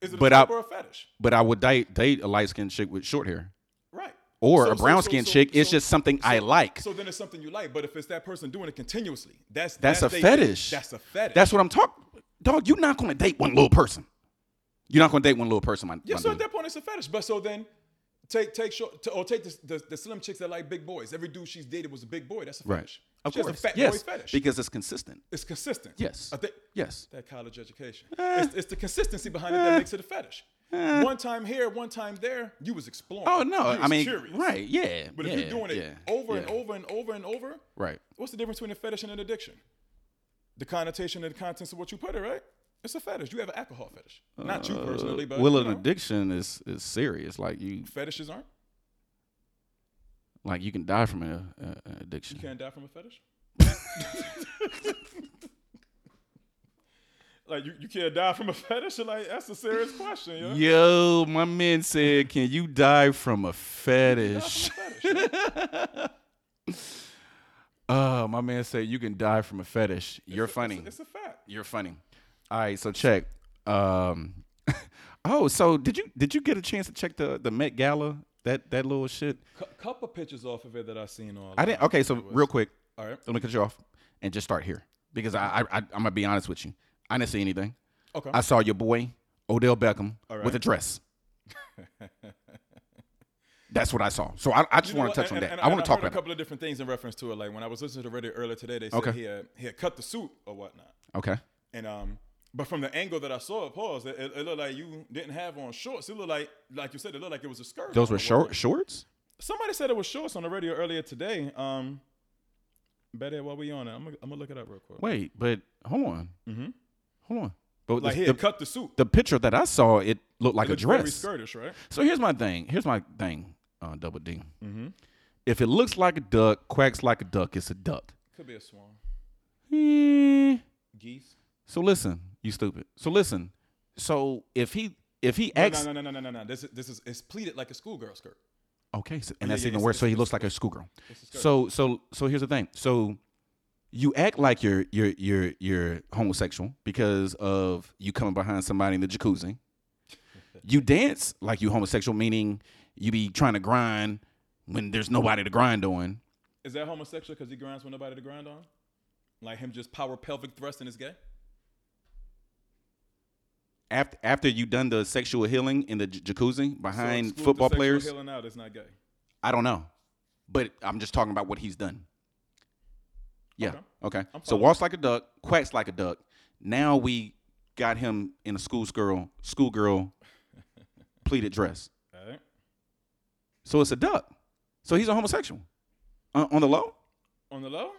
Is it
But
a type
I-
or a fetish?
but I would date date a light skinned chick with short hair.
Right.
Or
So-
a
so-
brown
so-
skinned
so-
chick. it's
so-
just something I like.
So then it's something you like, but if it's that person doing it continuously, that's
That's a
they-
fetish.
That's a fetish.
That's what I'm talking. Dog, you're not going to date one little person. You're not going to date one little person, my,
yeah.
my
So at
dude.
that point, it's a fetish. But so then, take take short to, or take the, the the slim chicks that like big boys. Every dude she's dated was a big boy. That's a
Right.
fetish.
Of
she has
course.
a fat
yes.
boy fetish.
Because it's consistent.
it's consistent.
Yes. Eh.
I think
Yes.
that college education. it's, it's the consistency behind it
Eh.
that makes it a fetish. one time here, one time there, you was exploring.
Oh, no.
You was
I mean,
curious.
right. Yeah.
But if
yeah,
you're doing it
yeah,
over and
yeah.
over and over and over,
Right.
What's the difference between a fetish and an addiction? The connotation and the contents of what you put it, right? It's a fetish. You have an alcohol fetish. Not you personally, but
well,
you
Uh, an
know,
addiction is, is serious. Like you,
fetishes aren't.
like you can die from an uh, an addiction.
You can't die from a fetish. (laughs) like you, you can't die from a fetish. Like that's a serious question. You know?
Yo, my man said, "Can you die from a fetish?" (laughs) uh, my man said, "You can die from a fetish." You're funny.
It's a fact.
You're funny. All right, so check. Um, (laughs) oh, so did you did you get a chance to check the the Met Gala? That that little shit.
C- couple pictures off of it that I seen on.
I didn't. Okay, so real quick,
All right.
let me cut you off and just start here because I, I, I I'm gonna be honest with you. I didn't see anything.
Okay.
I saw your boy Odell Beckham
All
with a (laughs)
right.
dress. That's what I saw. So I, I just
You know
want to
what?
touch on
And-
that.
and-
I want
and
to talk
heard
about
a couple of different things in reference to it. Like when I was listening to the radio earlier today, they said
Okay.
he had, he had cut the suit or whatnot.
it. Okay.
And um, but from the angle that I saw it, pause, it, it, it looked like you didn't have on shorts. It looked like, like you said, it looked like it was a skirt.
Those
on
were
the
short
wall.
shorts.
Somebody said it was shorts on the radio earlier today. Um, Betty, while we on it, I'm gonna, I'm gonna look it up real quick.
Wait, but hold on,
Mhm.
hold on. But
like
the,
he
the-
had cut the suit.
the picture that I saw, it looked like a
It looked very
dress.
skirtish, right?
So here's my thing. Here's my thing. Uh, Double D.
Mhm.
If it looks like a duck, quacks like a duck, it's a duck.
Could be a swan, Hmm.
Eh.
geese.
So listen, you stupid. So listen. So if he if he
No,
acts
no, no, no, no, no, no, no. This is this is it's pleated like a schoolgirl skirt.
Okay, so,
Yeah,
and that's
yeah,
even
it's-
worse. So
it's-
he looks like a schoolgirl.
It's a skirt.
So so so here's the thing. So you act like you're you're you're you're homosexual because of you coming behind somebody in the jacuzzi. You dance like you homosexual, meaning you be trying to grind when there's nobody to grind on.
is that homosexual because he grinds with nobody to grind on? Like him just power pelvic thrusting is gay?
After after you done the sexual healing in the j- jacuzzi
So
behind
exclude the
football
sexual
players,
Healing out is not gay.
I don't know, but I'm just talking about what he's done. Yeah. Okay.
I'm
So
following.
walks like a duck, quacks like a duck. Now we got him in a schoolgirl, schoolgirl pleated dress.
All right.
So it's a duck. So he's a homosexual. Uh, on the low?
On the low?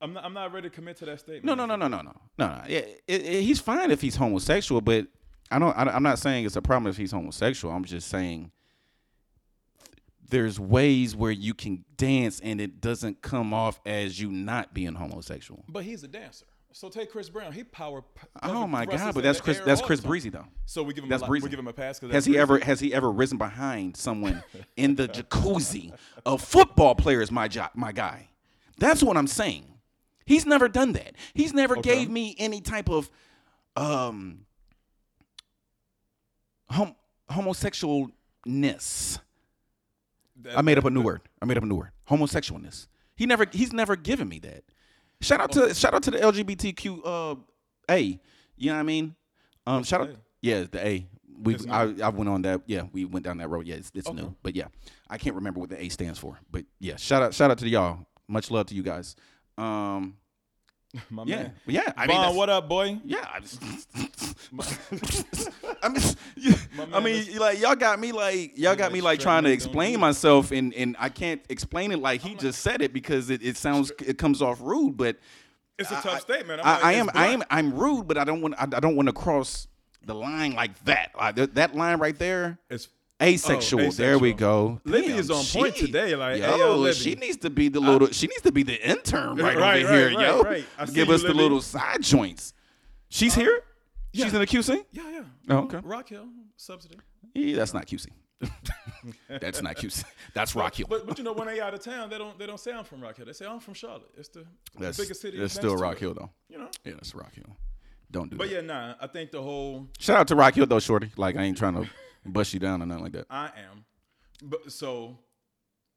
I'm not, I'm not ready to commit to that statement.
No, no, no, no, no, no, no. no. Yeah, it, it, he's fine if he's homosexual, but I don't. I, don't- I'm not saying it's a problem if he's homosexual. I'm just saying there's ways where you can dance and it doesn't come off as you not being homosexual.
But he's a dancer. So take Chris Brown. He power. p-
Oh
pelvic
my
thrusts
god! But
in
that's
the
Chris.
air
That's
all
Chris
the time.
Breezy though.
So we give him
That's
a lot, we
breezy.
give him a pass. 'cause
Has
that's
he
breezy.
ever has he ever risen behind someone in the jacuzzi? A football player is my job, my guy. That's what I'm saying. He's never done that. He's never gave me any type of um hom- homosexualness.
That-
I made up a new word. I made up a new word. Homosexualness. He never he's never given me that. Shout out to shout out to the LGBTQ uh A. You know what I mean? Um shout out
A?
Yeah, the A. We
It's
I, I went on that yeah, we went down that road. Yeah, it's, it's new. But yeah. I can't remember what the A stands for. But yeah, shout out shout out to y'all. Much love to you guys. Um
My
Yeah,
man.
yeah. I mean,
Vaughn,
that's-
what up, boy?
Yeah, I just. (laughs) I mean, you-
My
I
man
mean,
is-
you like y'all got me like y'all got
like
me like trying to
straddling,
explain
don't you?
myself, and and I can't explain it like he just said it because it, it sounds it comes off rude, but
It's a
I-
tough
I-
statement. I'm
I,
like,
I
it's
am I am
blunt.
I'm rude, but I don't want I, I don't want to cross the line like that. Like, th- that line right there.
It's
Asexual.
Oh,
There we
asexual.
go.
Libby
Damn,
is on
she-
point today, like,
yo,
hey, yo, Libby.
she needs to be the little. she needs to be the intern right,
Right,
over
right,
here,
right,
yo.
right. I see
Give
you,
us the
Libby. Uh,
little side joints. She's here. She's in the QC.
yeah, yeah.
Oh, okay.
Rock Hill subsidy.
Yeah, that's not QC. (laughs) that's not QC. That's Rock Hill.
But but you know when they out of town, they don't they don't say I'm from Rock Hill. They say I'm from Charlotte. It's the, the
That's
biggest city.
that's
next
still
to
Rock
it,
Hill though.
You know.
Yeah, that's Rock Hill. Don't do
But
that.
yeah, nah. I think the whole
Shout out to Rock Hill though, Shorty. Like I ain't trying to bust you down or nothing like that.
I am, but so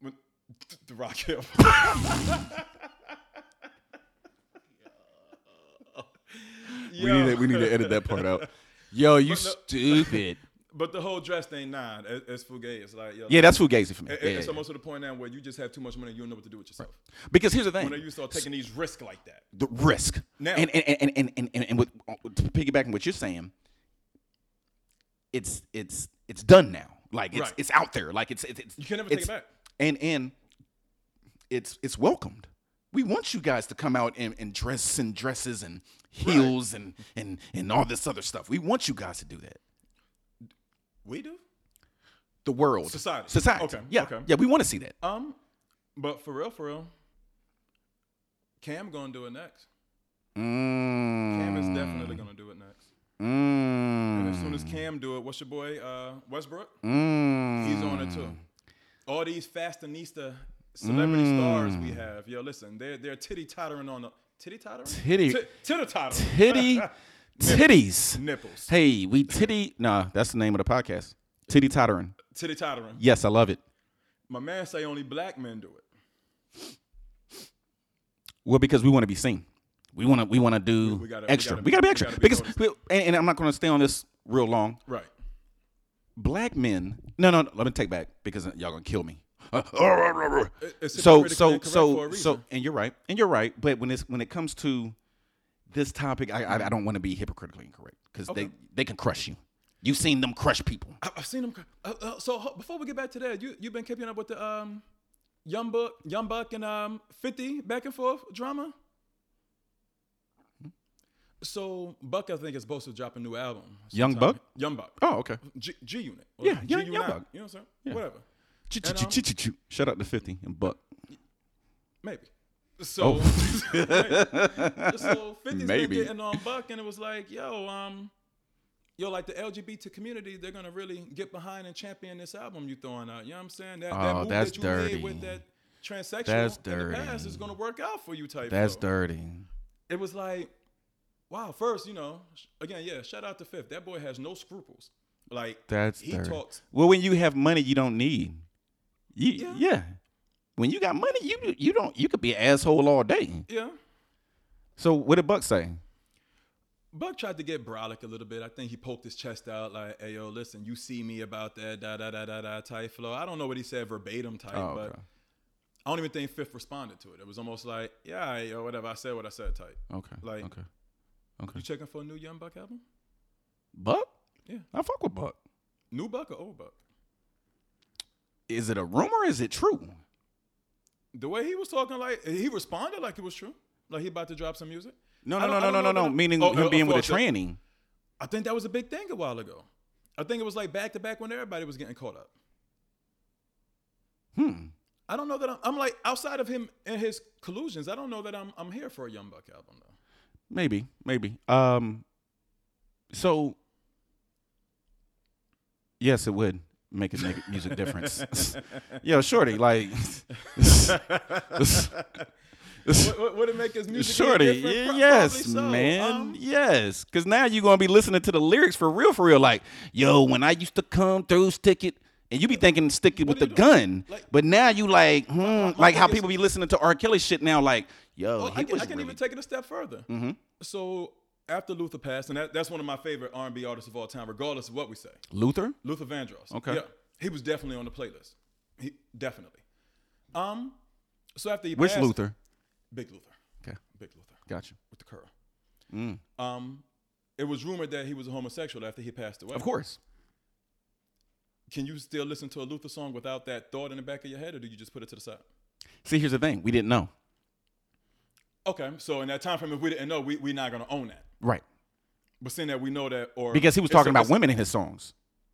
when- the Rock Hill. (laughs)
(laughs) We need to, we need to edit that part out.
(laughs)
Yo, you stupid.
But the whole dress thing, nah. it- It's full gay. It's like yo,
Yeah, that's who gazy for me.
it-
Yeah,
it's
yeah, yeah.
almost to the point now where you just have too much money. You don't know what to do with yourself.
Because here's the thing.
When they used to taking these risks like that.
the risk.
Now-
and and and and and, and, and with, to piggyback on what you're saying, it's it's it's done now. Like it's
Right.
it's out there. Like it's it's, it's
You can never take it
it's-
back.
And and it's it's welcomed. We want you guys to come out and, and dress in dresses and heels and, and and all this other stuff. We want you guys to do that.
We do.
The world,
Society.
society.
Okay,
Yeah,
okay.
yeah. We want to see that.
Um, but for real, for real, Cam gonna do it next. Cam is
Mm,
definitely gonna do it next. And
mm,
as soon as Cam do it, what's your boy uh, Westbrook?
mm. Mm.
He's on it too. All these fastinista celebrity stars we have, yo, listen, they're they're titty tottering on the titty tottering,
Titty-
Ti- titter tottering, (laughs)
titty titties.
nipples,
Hey, we titty. Nah, that's the name of the podcast. Titty tottering.
titty tottering.
Yes, I love it.
My man say only black men do it.
Well, because we want to be seen. We want to. We want to do
We gotta- we
extra.
gotta-
We got to be
we
extra
gotta be
because.
noticed.
we- and, and I'm not going to stay on this real long.
Right.
Black men. No, no. no let me take back because y'all gonna kill me.
Uh, it's
so
hypocritically
so
incorrect for
so
a
so
reason.
and you're right and you're right but when it's when it comes to this topic i i, I don't want to be hypocritically incorrect because they
Okay.
they can crush you you've seen them crush people
I, I've seen him. cr- Uh, uh, so ho- before we get back to that, you you've been keeping up with the um, Young Buck, Young Buck and um, Fifty back and forth drama. So Buck, I think, is supposed to drop a new album.
Young
sometime.
Buck?
Young Buck,
oh okay
G, G Unit. or
Yeah, yeah, Young
G-Unit,
Buck.
You know what I'm saying? Whatever, And, um,
Shut up to 50 and Buck. (laughs)
maybe.
Oh.
So,
(laughs)
(laughs) so 50's
Maybe.
been getting on Buck, and it was like, yo, um, yo, like the LGBT community, they're gonna really get behind and champion this album you throwing out. You know what I'm saying? That,
Oh,
that move
that's
that you
dirty.
made with that transsexual
That's
in the past
dirty.
is gonna work out for you, type.
That's
flow.
dirty.
It was like, wow. First, you know, sh- again, yeah, shout out to Fifth. That boy has no scruples. Like
That's
he
dirty.
talks.
Well, when you have money, you don't need. You, yeah.
Yeah.
When you got money, you you don't you could be an asshole all day.
Yeah.
So what did Buck say?
Buck tried to get brolic a little bit. I think he poked his chest out, like, "Hey, yo, listen, you see me about that da da da da da type flow." I don't know what he said verbatim type,
Oh,
but
okay.
I don't even think Fifth responded to it. It was almost like, "Yeah, all right, yo, whatever. I said what I said." Type.
Okay.
Like-
okay.
You checking for a new Young Buck album?
Buck?
Yeah.
I fuck with Buck.
New Buck or old Buck?
Is it a rumor? Is it true?
The way he was talking, like he responded like it was true, like he about to drop some music.
No,
I
no,
don't-
no, no,
I don't
no, no,
know
no.
that-
Meaning
Oh,
him
uh,
being
of
with a
course, that-
tranny.
I think that was a big thing a while ago. I think it was like back to back when everybody was getting caught up.
Hmm.
I don't know that I'm, I'm like outside of him and his collusions. I don't know that I'm I'm here for a Young Buck album though.
Maybe, maybe. Um, so yes, it would make a make a music difference. (laughs) Yo, shorty, like
(laughs)
(laughs)
Would- would, would it make his music any
shorty,
different? Pro-
yes,
probably so.
man,
Um,
yes. Because now you're gonna be listening to the lyrics for real, for real. Like, yo, when I used to come through, stick it. And you be thinking stick it with
are
the
you
gun,
Like-
but now you like, hmm, like how
biggest-
people be listening to R. Kelly shit now. Like, yo,
oh,
he
I, can,
was
I
really
can
Mm-hmm.
even take it a step further. So after Luther passed, and that, that's one of my favorite R&B artists of all time, regardless of what we say,
Luther.
Luther Vandross.
Okay.
yeah, he was definitely on the playlist. He definitely. Um, so after he
Which
passed,
Luther?
Big Luther,
Okay. Mm.
Big Luther.
Gotcha.
with the curl. Um, it was rumored that he was a homosexual after he passed away.
Of course.
Can you still listen to a Luther song without that thought in the back of your head, or do you just put it to the side?
See, here's the thing. We didn't know.
Okay, so in that time frame, if we didn't know, we we not gonna own that.
Right.
But seeing that we know that, or
Because he was
it's a-
talking about
it's a-
women in his songs.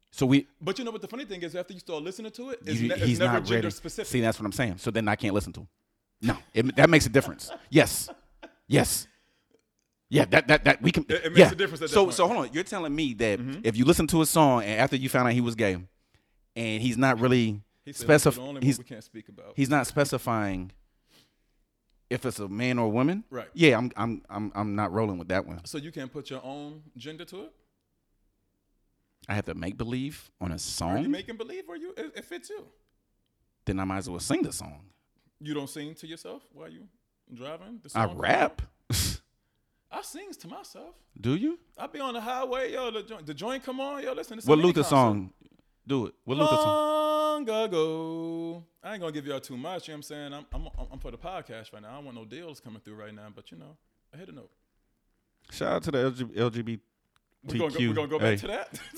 So we
But you know what the funny thing is, after you start listening to it, it's,
you-
ne- it's
he's
never
not
gender
ready.
specific.
See, that's what I'm saying. So then I can't listen to him. No, it, that makes a difference. Yes, yes, yeah. That that that we can.
It- it makes
yeah.
a difference at that
so
point. Mm-hmm.
so hold on. You're telling me that if you listen to a song and after you found out he was gay, and he's not really
he said, "Those are the
specifying,
only
he's
one we can't speak about.
he's not specifying if it's a man or a woman.
Right.
Yeah, I'm I'm I'm I'm not rolling with that one.
so you can't put your own gender to it.
I have to make believe on a
Are you
song.
making believe, or you it, it fits you?
then I might as well sing the song.
You don't sing to yourself while you driving. The
I
song comes
rap.
on? I sings to myself.
(laughs) Do you?
I be on the highway, yo. The joint, the joint come on, yo. Listen, to
What Luther song? Do it. What Luther song?
Long ago, I ain't gonna give y'all too much. You know what I'm saying? I'm, I'm, I'm for the podcast right now. I don't want no deals coming through right now, but you know, I hit a note. Uh,
Shout out to the LGBT.
We're gonna, go, we're gonna go back to that. (laughs)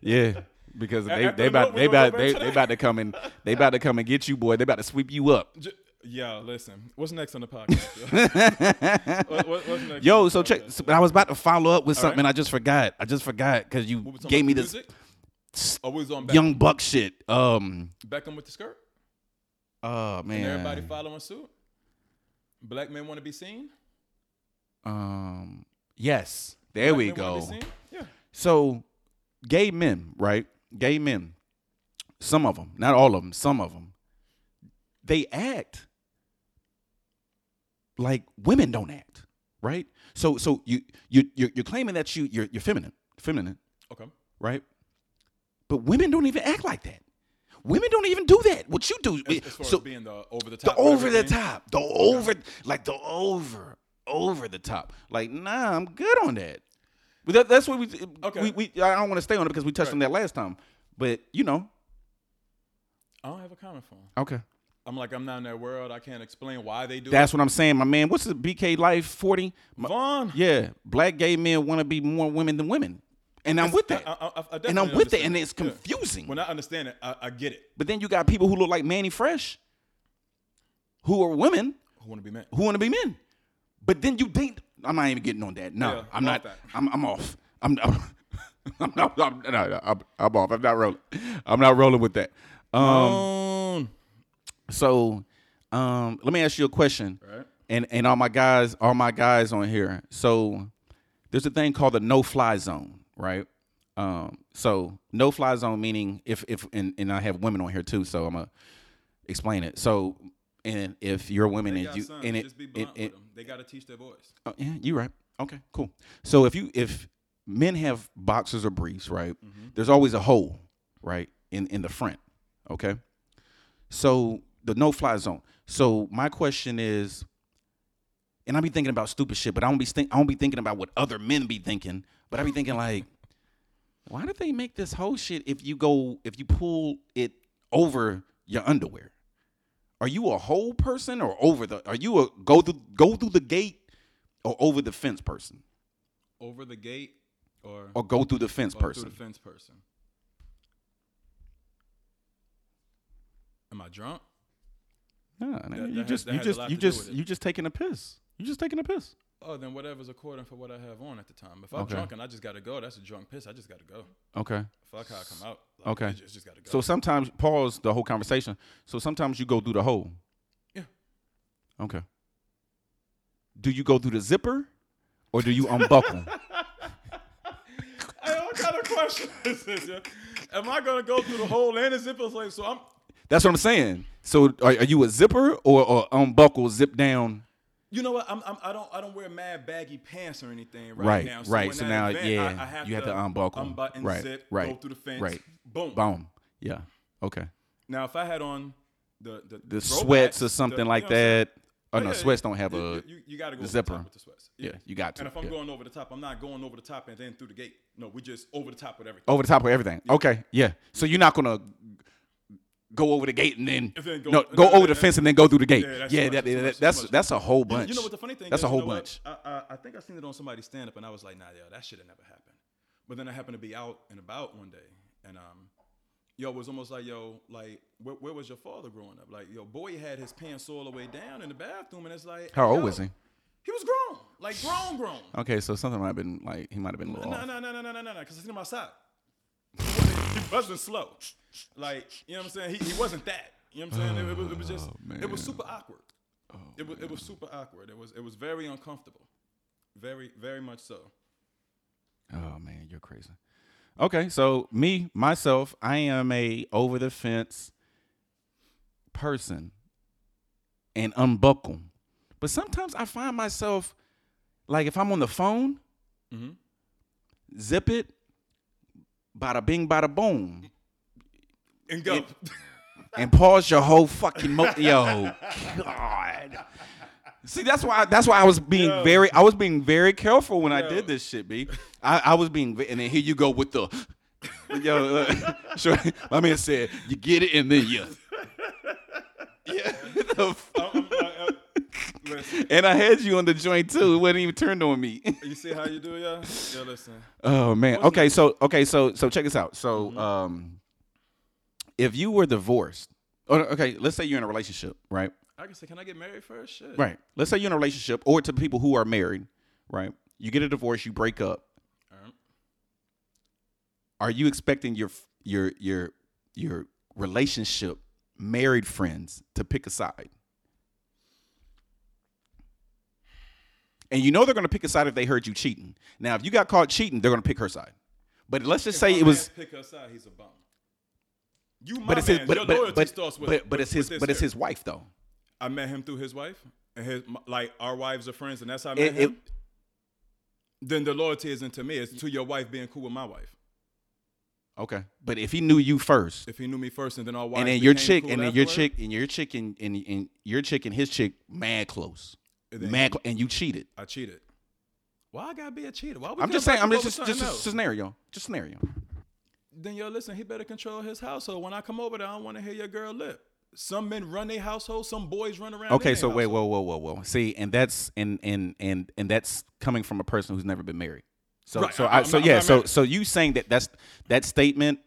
Yeah, because they,
after
they
the
about
vote,
they
we gonna go
about
back
they,
to
they
that.
about to come and they about to come and get you, boy. They about to sweep you
(laughs)
up.
J- yeah, listen. What's next on
(laughs)
the podcast? yo? What- what- what's next on
Yo,
the
so check.
podcast?
So I was about to follow up with something
right.
I just forgot. I just forgot because you
We was talking
gave
about
me
the
this
music? Oh, we was on Beck-
young buck shit. Um,
Beckham with the skirt.
oh man.
And everybody following suit. Black men want to be seen.
um, yes. There
Black
we
men wanna be
go.
seen. Yeah.
So, gay men, right? Gay men, some of them, not all of them, some of them, they act like women don't act, right? So, so you you you're, you're claiming that you you're, you're feminine, feminine,
Okay.
right? But women don't even act like that. Women don't even do that. What you do,
As, as far
so
as being the over
the
the top.
over the
everything.
top, the over, like the over, over the top. Like, nah, I'm good on that. But that, that's what we,
Okay.
we, we. I don't want to stay on it because we touched
Right.
on that last time. But you know,
I don't have a comment for him.
okay,
I'm like, I'm not in that world. I can't explain why they do
that's what I'm saying, my man. What's the BK Life forty?
it. Vaughn.
Yeah, black gay men want to be more women than women, and I'm with that,
I, I, I- I definitely
and I'm with that,
understand
and it's
Yeah.
confusing.
When I understand it, I, I get it.
But then you got people who look like Manny Fresh, who are women,
I want to be man.
who want to be men. But then you think I'm not even getting on that. No,
Yeah,
I'm
I'm
not.
off that.
I'm, I'm off. I'm. (laughs) I'm, I'm not. I'm, no, no, I'm, I'm off. I'm not rolling. I'm not rolling with that. Um.
Um,
So, um, let me ask you a question.
Right.
And and all my guys, all my guys on here. So, there's a thing called the no fly zone, right? Um, so no fly zone meaning if if and, and I have women on here too, so I'm gonna explain it. So, and if you're a woman
they
and
got
you
sons.
and it,
Just be
it,
blunt
it-
with them. They got to teach their boys.
Oh, yeah, you're right. Okay, cool. So if you if men have boxers or briefs, right? There's always a hole, right, in in the front. Okay. So the no fly zone. So my question is, and I be thinking about stupid shit, but I don't be think I don't be thinking about what other men be thinking, but I be thinking like, why did they make this whole shit if you go if you pull it over your underwear? Are you a whole person or over the? Are you a go through go through the gate or over the fence person
Over the gate or,
or go through the fence
or
person?
through the fence person. Am I drunk?
Nah, nigga,
that
you
has-
just
that
you
has a
just
lot
you
to do
just
with it.
you just taking a piss. You just taking a piss.
Oh, then whatever's according for what I have on at the time. If I'm
Okay.
drunk and I just got to go, that's a drunk piss. I just got to go.
Okay.
Fuck how I come out. Like,
Okay.
It's just, got to go.
So sometimes pause the whole conversation. So sometimes you go through the hole.
Yeah.
Okay. Do you go through the zipper, or do you
(laughs)
unbuckle?
Hey, what kind of question (laughs) is this? Yo? Am I gonna go through the whole and the zipper? Like, so I'm.
That's what I'm saying. So are, are you a zipper or, or unbuckle zip down?
You know what? I'm, I'm. I don't. I don't wear mad baggy pants or anything right,
Right,
now.
right.
in
So
that
now, yeah,
I, I have
you have to unbuckle.
unbutton,
Right,
zip, go
right,
through the fence,
right.
boom.
Boom. Yeah. Okay.
Now, if I had on the the,
The sweats or something like that. Oh no, sweats don't have
you,
a.
You, you gotta go
the
over the top
zipper.
with the sweats.
Yeah, you got to.
And if I'm
yeah.
going over the top, I'm not going over the top and then through the gate. No, we're just over the top with everything.
over the top of everything. Okay, yeah. So you're not gonna go over the gate and then,
And then
go,
go-
no,
and
go
then-
over the fence and then go through the gate.
Yeah,
Yeah,
that's too
yeah,
much,
that,
that's
that-
too much, too
that's
much.
that's a whole bunch.
You know what the funny thing
That's
is?
a whole
you know what?
bunch.
I, I, I think I seen it on somebody's stand up and I was like, nah, yo, that should have never happened. But then I happened to be out and about one day and um yo it was almost like yo, like where, where was your father growing up? Like yo, boy had his pants all the way down in the bathroom and it's like
How old
yo,
was he?
He was grown. Like grown grown.
Okay, so something might have been like he might have been a little
No,
off.
no, no, no, no, no, no, no, because I seen him outside. He wasn't- he wasn't slow. Like, you know what I'm saying? He, he wasn't that. You know what I'm saying? It, it was, it was just,
Oh,
it was
man. Oh,
super awkward. it, was, it was super awkward. It was, it was very uncomfortable. Very, very much so.
Oh man, you're crazy. Okay, so me myself, I am a over the fence person and unbuckle. But sometimes I find myself like if I'm on the phone,
Mhm.
zip it, bada bing, bada boom,
And go. (laughs)
and pause your whole fucking mo-
(laughs)
yo, God. See, that's why that's why I was being
Yo.
very I was being very careful when I
Yo.
did this shit, B. I, I was being ve- and then here you go with the yo. (laughs) look, sure, my man said you get it and then you. (laughs) Yeah. the f-
Oh, I'm- I'm- I- I- listen,
and I had you on the joint too. It wasn't even turned on me. (laughs)
you see how you do, y'all? Yeah, listen.
Oh man. Okay, so okay, so so check this out. So
Mm-hmm.
um if you were divorced, oh, okay, let's say you're in a relationship, right?
I can say, can I get married first? Shit.
Right. Let's say you're in a relationship or to people who are married, right? You get a divorce, you break up.
All right.
Are you expecting your your your your relationship married friends to pick a side? And you know they're going to pick a side if they heard you cheating. Now, if you got caught cheating, they're going to pick her side. But let's just
If
say
my
it was
man Pick us out, he's a bum. You my
but it's his,
man.
but,
Your
but,
loyalty
but,
starts with,
but, but it's
with-
his
with this
but it's
here.
his wife though.
I met him through his wife, and his my- like our wives are friends, and that's how I met
It- it-
him. then the loyalty isn't to me; it's to your wife being cool with my wife.
okay, but if he knew you first,
If he knew me first, and then our wives
and then your
became
chick,
cool
and then your
afterward,
chick, and your chick, and, and, and your chick and his chick, mad close,
And then-
mad, cl- and you cheated.
I cheated. Why I gotta be a cheater? Why we
I'm
couldn't
just saying.
break
I'm
up
just
over
just,
something
just a
else?
scenario, just scenario.
Then yo, listen. He better control his household. When I come over there, I don't want to hear your girl lip. Some men run their household. Some boys run around. in
Okay,
their
so wait,
household.
whoa, whoa, whoa, whoa. See, and that's and and and and that's coming from a person who's never been married. So
Right,
so
I-
I,
I'm
so
not-
yeah
I'm
so
not-
so you saying that that's that statement.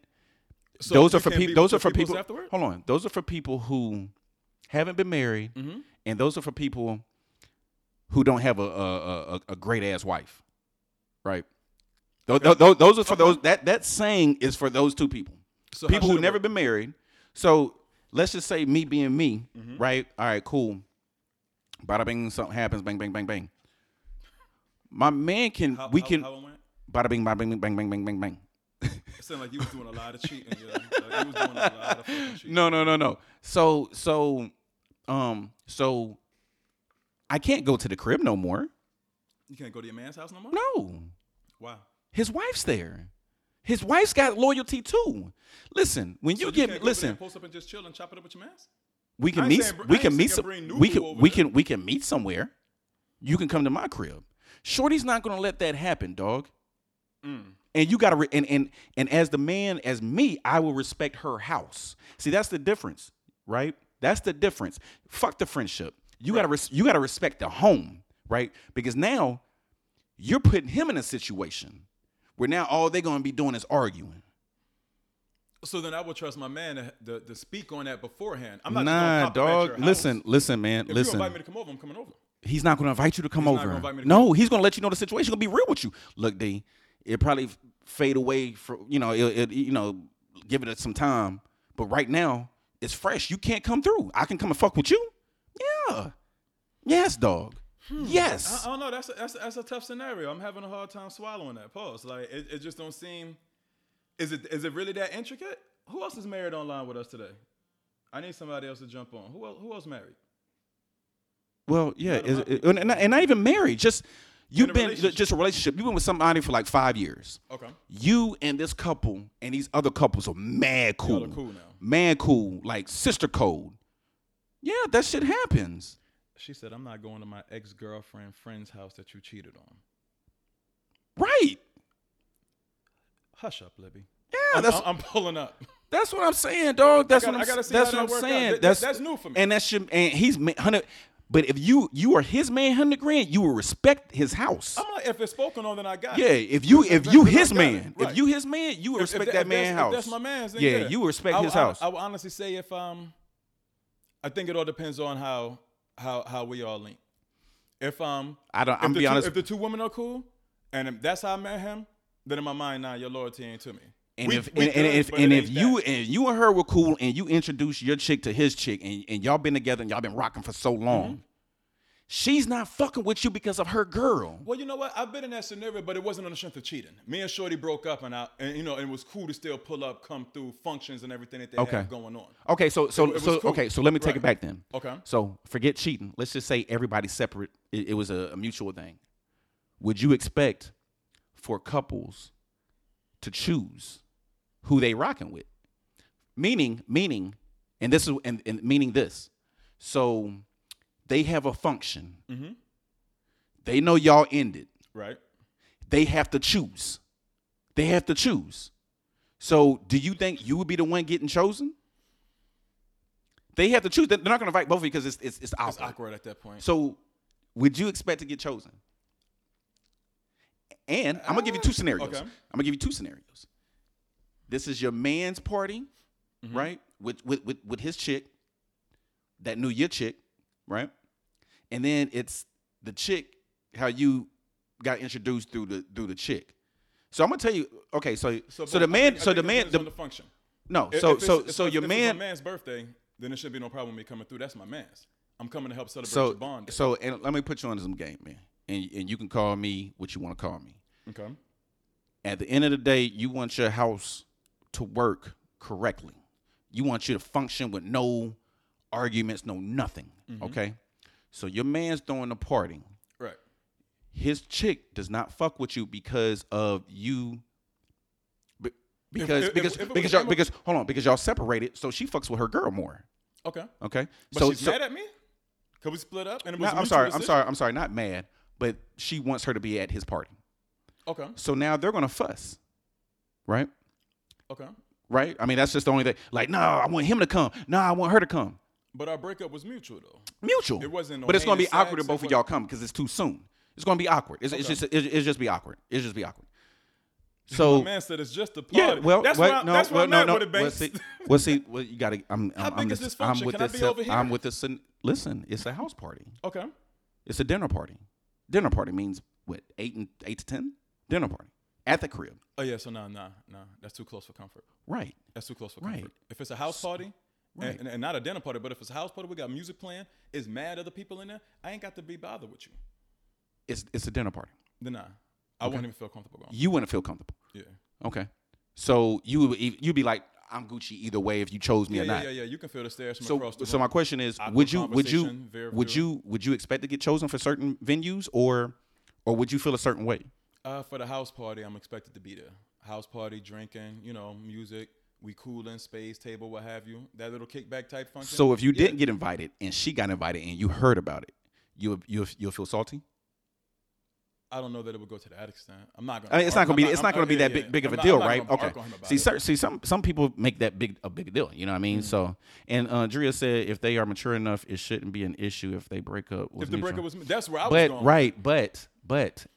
So
those
you
are for
can't
people.
be
Those are
with
for
your peoples
people.
afterward?
Hold on. Those are for people who haven't been married,
Mm-hmm.
and those are for people who don't have a a, a, great ass wife, right? Those, those, are for those. That that saying is for those two people.
So how
people
should
who've
it
never
work?
been married. So let's just say me being me,
Mm-hmm.
right? All right, cool. Bada bing, something happens. Bang, bang, bang, bang. My man can.
How,
we
how-
can.
How it went?
bada bing, bada bing, bang, bang, bang, bang, bang.
It sounded like you was doing a lot of cheating. Yo. Like you was doing a lot of fucking cheating.
No, no, no, no. So, so, um, so I can't go to the crib no more.
You can't go to your man's house no more.
No,
Why?
his wife's there. His wife's got loyalty too. Listen, when you
So
get
can't go over there
listen,
and post up and just chill and chop it up with your mans.
we
I
can
ain't
meet.
saying br-
we
I
can
ain't
meet.
saying
Some,
bring new
we
people
can.
over
We
there.
can. We can meet somewhere. You can come to my crib. Shorty's not gonna let that happen, dog.
Mm.
And you gotta. Re- and and and as the man, as me, I will respect her house. See, that's the difference, right? That's the difference. Fuck the friendship. You gotta. Res- you gotta respect the home, right? Because now you're putting him in a situation where now all they're gonna be doing is arguing.
So then I would trust my man to, to, to speak on that beforehand. I'm not
nah,
just gonna pop up at
dog.
your
Listen,
house.
listen, man.
If
listen.
you invite me to come over, I'm coming over.
He's not going to invite you to come
He's not
over.
gonna invite me to
no,
come over.
he's going to let you know the situation. Going to be real with you. Look, D, it probably fade away for you know, it, it you know, give it some time. But right now, it's fresh. You can't come through. I can come and fuck with you. Yeah. Yes, dog.
I,
Yes.
I don't know. That's a, that's, a, that's a tough scenario. I'm having a hard time swallowing that. Pause. Like it, it just don't seem. Is it is it really that intricate? Who else is married online with us today? I need somebody else to jump on. Who else, who else married?
well, yeah, is, it- and, not, and not even married. Just you've
a
been
relationship.
just a relationship. You've been with somebody for like five years.
Okay.
You and this couple and these other couples are mad cool.
Y'all are cool now.
Man cool, like sister code. Yeah, that shit happens.
She said, "I'm not going to my ex girlfriend friend's house that you cheated on."
Right.
Hush up, Libby.
Yeah,
I'm,
that's
I'm- I'm pulling up.
That's what I'm saying, dog. That's
gotta-
what
I
I'm,
gotta see
that's
how
what I'm
that work out.
saying.
That-
that's
that's new for me.
And that should and he's ma- hundred. But if you you are his man, hundred grand, you will respect his house.
I'm like, if it's spoken on, then Oh, I got
yeah,
it.
if you
That's-
if
that's-
you
that's-
his
I got it.
man,
Right.
if you his man, you will
If- if
respect
tha-
that
if
man's
that's- if
house.
That's my man's. Then
Yeah, you respect
I
his
would hon-
house.
I would honestly say if um, I think it all depends on how how how we all link. If um,
I don't.
if
I'm
the
be
two,
honest.
If the two women are cool, and if that's how I met him, then in my mind now your loyalty ain't to me.
and
We-
if
we
and, and
good,
if
but
and
it
if
ain't
you
that.
and you and her were cool and you introduced your chick to his chick and, and y'all been together and y'all been rocking for
Mm-hmm.
so long, she's not fucking with you because of her girl.
Well, you know what? I've been in that scenario, but it wasn't on the strength of cheating. Me and Shorty broke up, and I, and, you know, and it was cool to still pull up, come through functions and everything that they
Okay.
had going on.
Okay, so so
was
so
cool.
okay, so let me take it
Right.
back then.
Okay.
So forget cheating. Let's just say everybody's separate. It, it was a, a mutual thing. Would you expect for couples to choose who they rocking with? Meaning, meaning, and this is and, and meaning this. So they have a function.
Mhm.
They know y'all ended
Right.
they have to choose. They have to choose. So, do you think you would be the one getting chosen? They have to choose. They're not going to invite both of you because it's it's, it's, awkward.
It's awkward at that point.
So, would you expect to get chosen? And I'm gonna give you two scenarios.
Uh, okay.
I'm gonna give you two scenarios. This is your man's party,
Mm-hmm.
right? With, with with with his chick that knew your chick, right? And then it's the chick how you got introduced through the through the chick. So I'm gonna tell you. Okay, so so,
but
the
I
man,
think- I
so
think
the
it
man,
depends
the,
on the function.
no,
If-
so
if it's-
so
if
so
it's-
your
if it's
man,
my man's birthday, then it should be no problem with me coming through. That's my man's. I'm coming to help celebrate
so
your bond.
so and let me put you on some game, man, and and you can call me what you want to call me.
okay.
at the end of the day, you want your house to work correctly. You want you to function with no arguments, no nothing.
Mm-hmm.
Okay? So your man's throwing a party.
Right.
His chick does not fuck with you because of you. be- Because
if-
because
if it was
because y'all,
him-
because hold on because y'all separated, so she fucks with her girl more.
Okay.
Okay,
But
so
she's
so
mad at me. Cause we split up, and it
no,
was. a
I'm sorry,
mutual
I'm sorry, I'm sorry, not mad, but she wants her to be at his party.
decision.
So now they're gonna fuss, right?
Okay. Okay.
right? I mean, that's just the only thing. Like, no, I want him to come. No, I want her to come.
But our breakup was mutual, though.
Mutual.
It wasn't no
But it's gonna be
heinous
awkward
acts,
if both
it
of y'all come because it's too soon. It's gonna be awkward. It's, it's just it, it's just be awkward. It's just be awkward. So
My man said it's just a party.
Oh. yeah, well,
that's
well,
why.
no,
that's why
well,
I'm
no,
not
no.
with it,
well,
Banks.
see, well, see, well, you gotta.
(laughs)
I'm, I'm,
big
I'm,
is
this,
this
I'm
function?
with
Can I
this.
be over here?
I'm with this. Listen, it's a house party.
(laughs) okay.
It's a dinner party. Dinner party means what? Eight and eight to ten. Dinner party at the crib.
Oh yeah. So nah, nah, nah. That's too close for comfort.
Right.
That's too close for
Right.
comfort. If it's a house party,
right.
and, and, not a dinner party, but if it's a house party, we got music playing. Is mad other people in there? I ain't got to be bothered with you.
It's it's a dinner party.
Then nah, I wouldn't even feel comfortable going.
You wouldn't feel comfortable.
Yeah.
Okay. So you would e- you'd be like, I'm Gucci either way if you chose me
Yeah,
or
yeah,
not.
yeah, yeah. You can feel the stairs from
So
across the
so
room.
my question is,
Awkward
would you would you
conversation, very
would
few.
you would you expect to get chosen for certain venues or or would you feel a certain way?
Uh, for the house party, I'm expected to be there. House party, drinking, you know, music. We cooling, space table, what have you. That little kickback type function.
So if you didn't get invited and she got invited and you heard about it, you would- you would- you'll feel salty.
I don't know that it would go to that extent. I'm not gonna.
I mean, it's not
argue-
gonna be
Oh, I'm
it's not
I'm-
gonna be
yeah,
that
yeah.
big, big of
I'm
a
not-
deal,
I'm not
right?
gonna
Okay.
bark on him about
See,
it.
cer- see some some people make that big a big deal. You know what I
Mm.
mean? So and uh, Drea said if they are mature enough, it shouldn't be an issue if they break up.
If the breakup was, me- that's where I was
but
going.
right, but but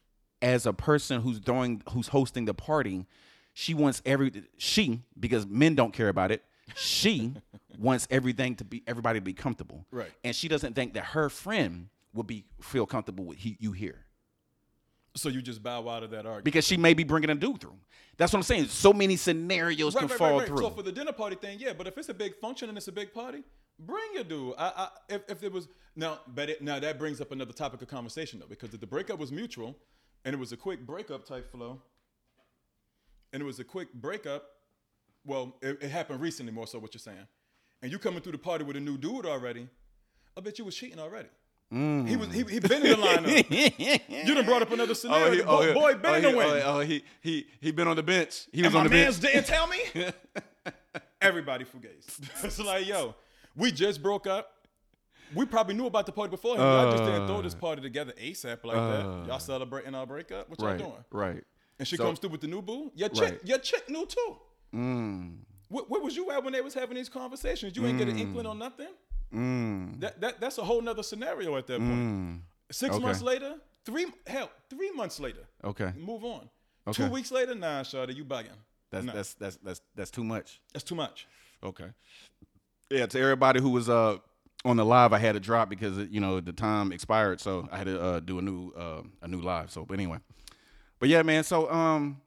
as a person who's throwing, who's hosting the party, she wants every she because men don't care about it. (laughs) She wants everything to be everybody to be comfortable,
Right.
And she doesn't think that her friend will be feel comfortable with he, you here
So you just bow out of that argument.
because she may be bringing a dude through. That's what I'm saying. So many scenarios can fall through.
So for the dinner party thing, yeah. But if it's a big function and it's a big party, bring your dude. I, I if, if it was now, but it, now that brings up another topic of conversation though, because if the breakup was mutual, and it was a quick breakup type flow, and it was a quick breakup. Well, it, it happened recently, more so what you're saying, and you coming through the party with a new dude already. I bet you was cheating already. He was he, he been in the
Mm. (laughs)
lineup. you done brought up
Oh,
another scenario. Bo- boy, been in the win.
he oh, he he been on the bench. He
And my man's didn't tell
(laughs)
me. Everybody fugazi. (laughs) it's like, yo, we just broke up. We probably knew about the party beforehand. Y'all just didn't
Uh.
throw this party together ASAP like that. Y'all celebrating our breakup. What y'all
Right,
doing?
right.
And she
So-
comes through with the new boo. Your chick,
Right. Mm.
your chick knew too. Where, where was you at when they was having these conversations? You ain't get an inkling on nothing.
Mm.
That, that that's a whole nother scenario at that point.
Mm.
Six
Okay.
months later, three hell, three months later,
Okay.
move on.
Okay.
Two weeks later, nah, Shawty, you bugging.
That's
No.
that's that's that's that's too much.
That's too much.
Okay. Yeah, to everybody who was uh on the live, I had to drop because it, you know the time expired, so I had to uh, do a new uh, a new live. So, but anyway, but yeah, man. So um,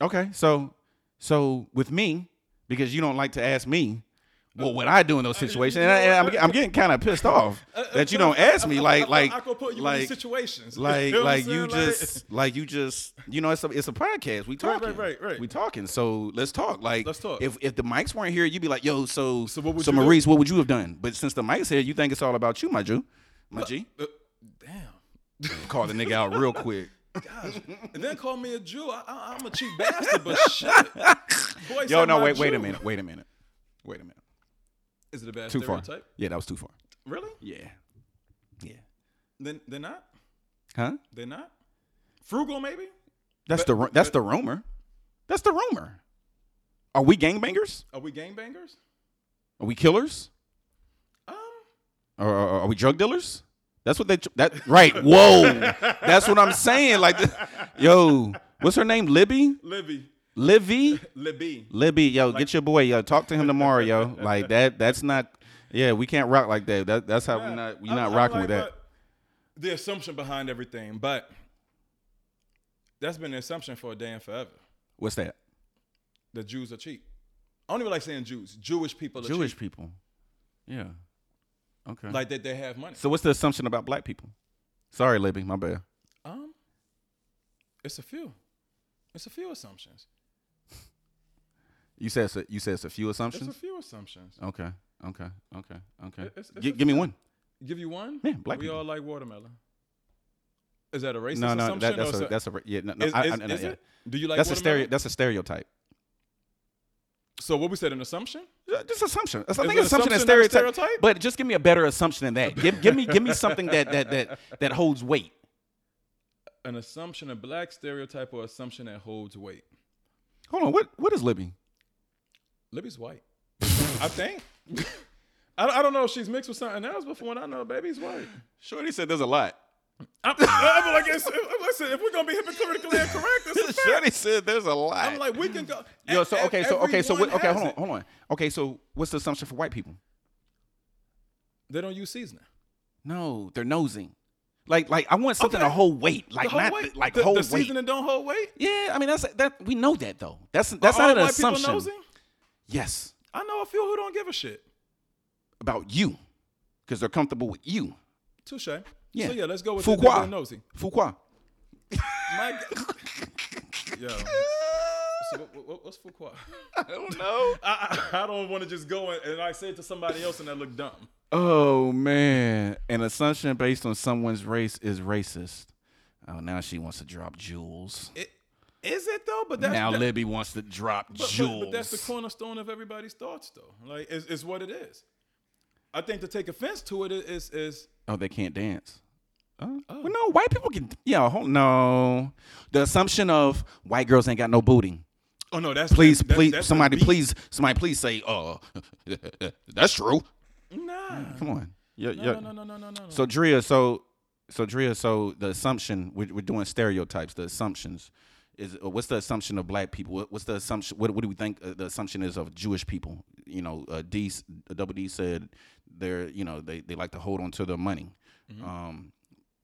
okay, so so with me because you don't like to ask me. What would I do in those
Uh,
situations? And, I, and I'm, I'm getting kind of pissed off that you don't ask me.
I- I-
Like,
I-
like,
I could put you in
like,
these situations.
like,
(laughs) know what I'm
like you
saying? Like-
just, like you just, you know, it's a, it's a podcast. We
Right, right,
talking,
right, right.
We talking. So let's talk. Like,
Let's talk.
If if the mics weren't here, you'd be like, yo, so, so,
So what would you do?
Maurice, what would you have done? But since the mics here, you think it's all about you, my Jew, my G.
Uh, damn.
Call the nigga out real
(laughs)
quick.
Gosh. and then call me a Jew. I, I, I'm a cheap bastard, but shit. Boy,
Yo,
said
no,
my
wait, wait a
Jew.
minute, wait a minute, wait a minute.
Is it a bad
Too far.
stereotype?
Yeah, that was too far.
Really?
Yeah, yeah.
Then they're not.
Huh?
They're not. Frugal, maybe.
That's the ru- that's the rumor. That's the rumor. Are we gangbangers?
Are we gangbangers?
Are we killers?
Um,
Are, are, are we drug dealers? That's what they that right. Whoa, that's what I'm saying. Like, th- yo, what's her name? Libby,
Libby,
Livy,
Libby.
Libby. Yo, get your boy. Yo, talk to him tomorrow. Yo, like that. That's not. Yeah, we can't rock like that. that that's how we not. We're
I'm-
not
I'm
rocking
like,
with that.
but The assumption behind everything, but that's been the assumption for a damn forever.
What's that?
The Jews are cheap. I don't even like saying Jews. Jewish people are
Jewish
cheap.
people. Yeah. Okay.
Like that they have money.
so, what's the assumption about black people? Sorry, Libby, my bad.
Um, it's a few. It's a few assumptions.
You said it's a, you said it's a few
It's a
assumptions.
few assumptions.
Okay. Okay. Okay. Okay.
It- it's- it's
Gi-
a
give me one.
Give you one.
Yeah, black
We
people.
all like watermelon. Is that a racist
No, no,
assumption?
that,
or
that's a
so-
that's a yeah. No, no,
is,
I- I-
is-
no,
is
yeah.
it? Do you like
that's a
watermelon?
stereo. That's a stereotype.
So what we said an assumption?
Uh, Just assumption. I think
it
assumption and
assumption, not a
stereotype,
stereotype?
But just give me a better assumption than that. give give me give me something that that that that holds weight.
An assumption, a black stereotype or assumption that holds weight.
Hold on. What what is Libby?
Libby's white. I think. (laughs) I, don't- I don't know if she's mixed with something else, but from what I know, baby's white.
Shorty said there's a lot.
I'm, I'm like, it's- I'm- listen, if we're gonna be hypocritically incorrect, it's a fact.
Shorty said there's a lot.
I'm like, we can go.
Yo,
e-
so
e-
okay, so okay, so
everyone
what, okay,
has
hold on,
it.
hold on. Okay, so what's the assumption for white people?
They don't use seasoning.
No, they're nosing. Like like I want something to
Okay.
hold weight,
The
like
whole
not
weight,
like
the,
hold
the
weight.
seasoning don't hold weight.
Yeah, I mean that's that we know that though. That's that's
Are all
not an
white people
assumption.
nosy?
Yes,
I know a few who don't give a shit.
about you, because they're comfortable with you.
Touche.
Yeah.
So yeah, let's go with
Fuqua.
the, the, nosy.
Fuqua.
My g- (laughs) Yo. So what, what, what's Fuqua?
(laughs) I don't know.
(laughs) I, I, I don't want to just go and, and I say it to somebody else and I look dumb.
Oh man, an assumption based on someone's race is racist. Oh, now she wants to drop jewels.
It, is it though? But that's
now
that-
Libby wants to drop
but, but,
jewels.
but that's the cornerstone of everybody's thoughts though. Like it's, it's what it is. I think to take offense to it is is
Oh, they can't dance. Oh. Well, no, white people can. Yeah, hold, no. The assumption of white girls ain't got no booty.
oh no that's
Please,
that's-
please,
that's the
somebody,
beat.
please, somebody, please say, uh, (laughs) that's true.
nah
Come on. Yeah, yeah.
no no no no no no
So Drea, so so Drea, so the assumption we're, we're doing stereotypes. The assumptions is uh, what's the assumption of black people? What- What's the assumption? What, what do we think uh, the assumption is of Jewish people? You know, uh, D s- Double D said they're you know they, they like to hold on to their money.
Mm-hmm.
Um,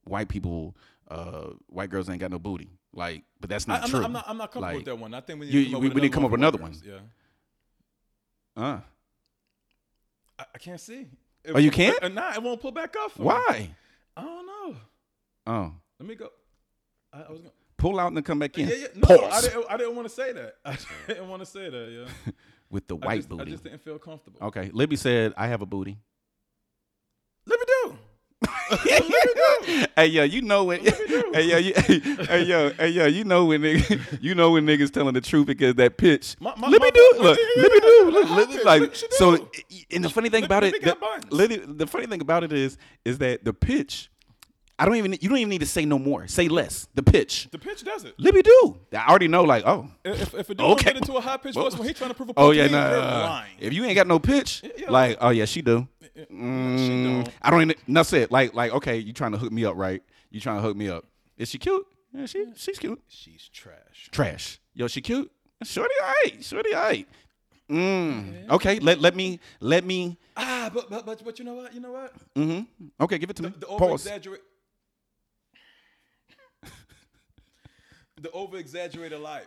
white people, uh, white girls ain't got no booty. Like, but that's
I,
not
I'm,
true.
not, I'm not I'm not comfortable
Like,
with that one I think we need
you-
to come
we-
up
we
with
need to come up with
one for
another
girls. yeah.
uh,
I, I can't see. It
Oh, you
won't-
can't?
Uh, nah, it won't pull back up. for me.
why?
I don't know.
Oh,
Let me go. I, I was gonna,
pull out and then come back in.
yeah, yeah. No, I
Pause
didn't, I didn't want to say that. (laughs) I didn't want to say that.
(laughs)
Yeah.
with the
I
white Oh.
just,
booty.
I just didn't feel comfortable.
okay, Libby said I have a booty.
Let me do.
hey yo, you know when? (laughs) Hey yo, you, hey, hey yo, hey yo, you know when niggas, you know when niggas telling the truth because that pitch.
My- my-
let me
my-
do,
my-
look,
yeah,
let me
yeah,
do,
yeah,
look,
yeah,
let
yeah,
me-
yeah,
like.
what you
So,
do?
and the funny thing
Let
about
me
it,
pick
the,
up buns.
literally, the funny thing about it is, is that the pitch I don't even you don't even need to say no more. Say less. The pitch.
The pitch does it.
Libby do. I already know like, oh.
If, if a dude
Okay.
okay. get into a high pitched voice when he's trying to prove a point,
Oh yeah,
to me,
nah.
you're lying.
If you ain't got no pitch,
yeah.
like, oh yeah, she do.
she
Mm,
don't.
I don't even and that's it. Like like okay, you trying to hook me up, right? You trying to hook me up. Is she cute? Yeah, she she's cute.
She's trash.
Trash. Yo, she cute? Shorty all right. Shorty all right. Mm. Okay, let let me let me mm-hmm.
Ah, but but but, but you know what? You know what?
Okay, give it to me.
The over
Pause.
exaggerate. (laughs) the over exaggerated liar.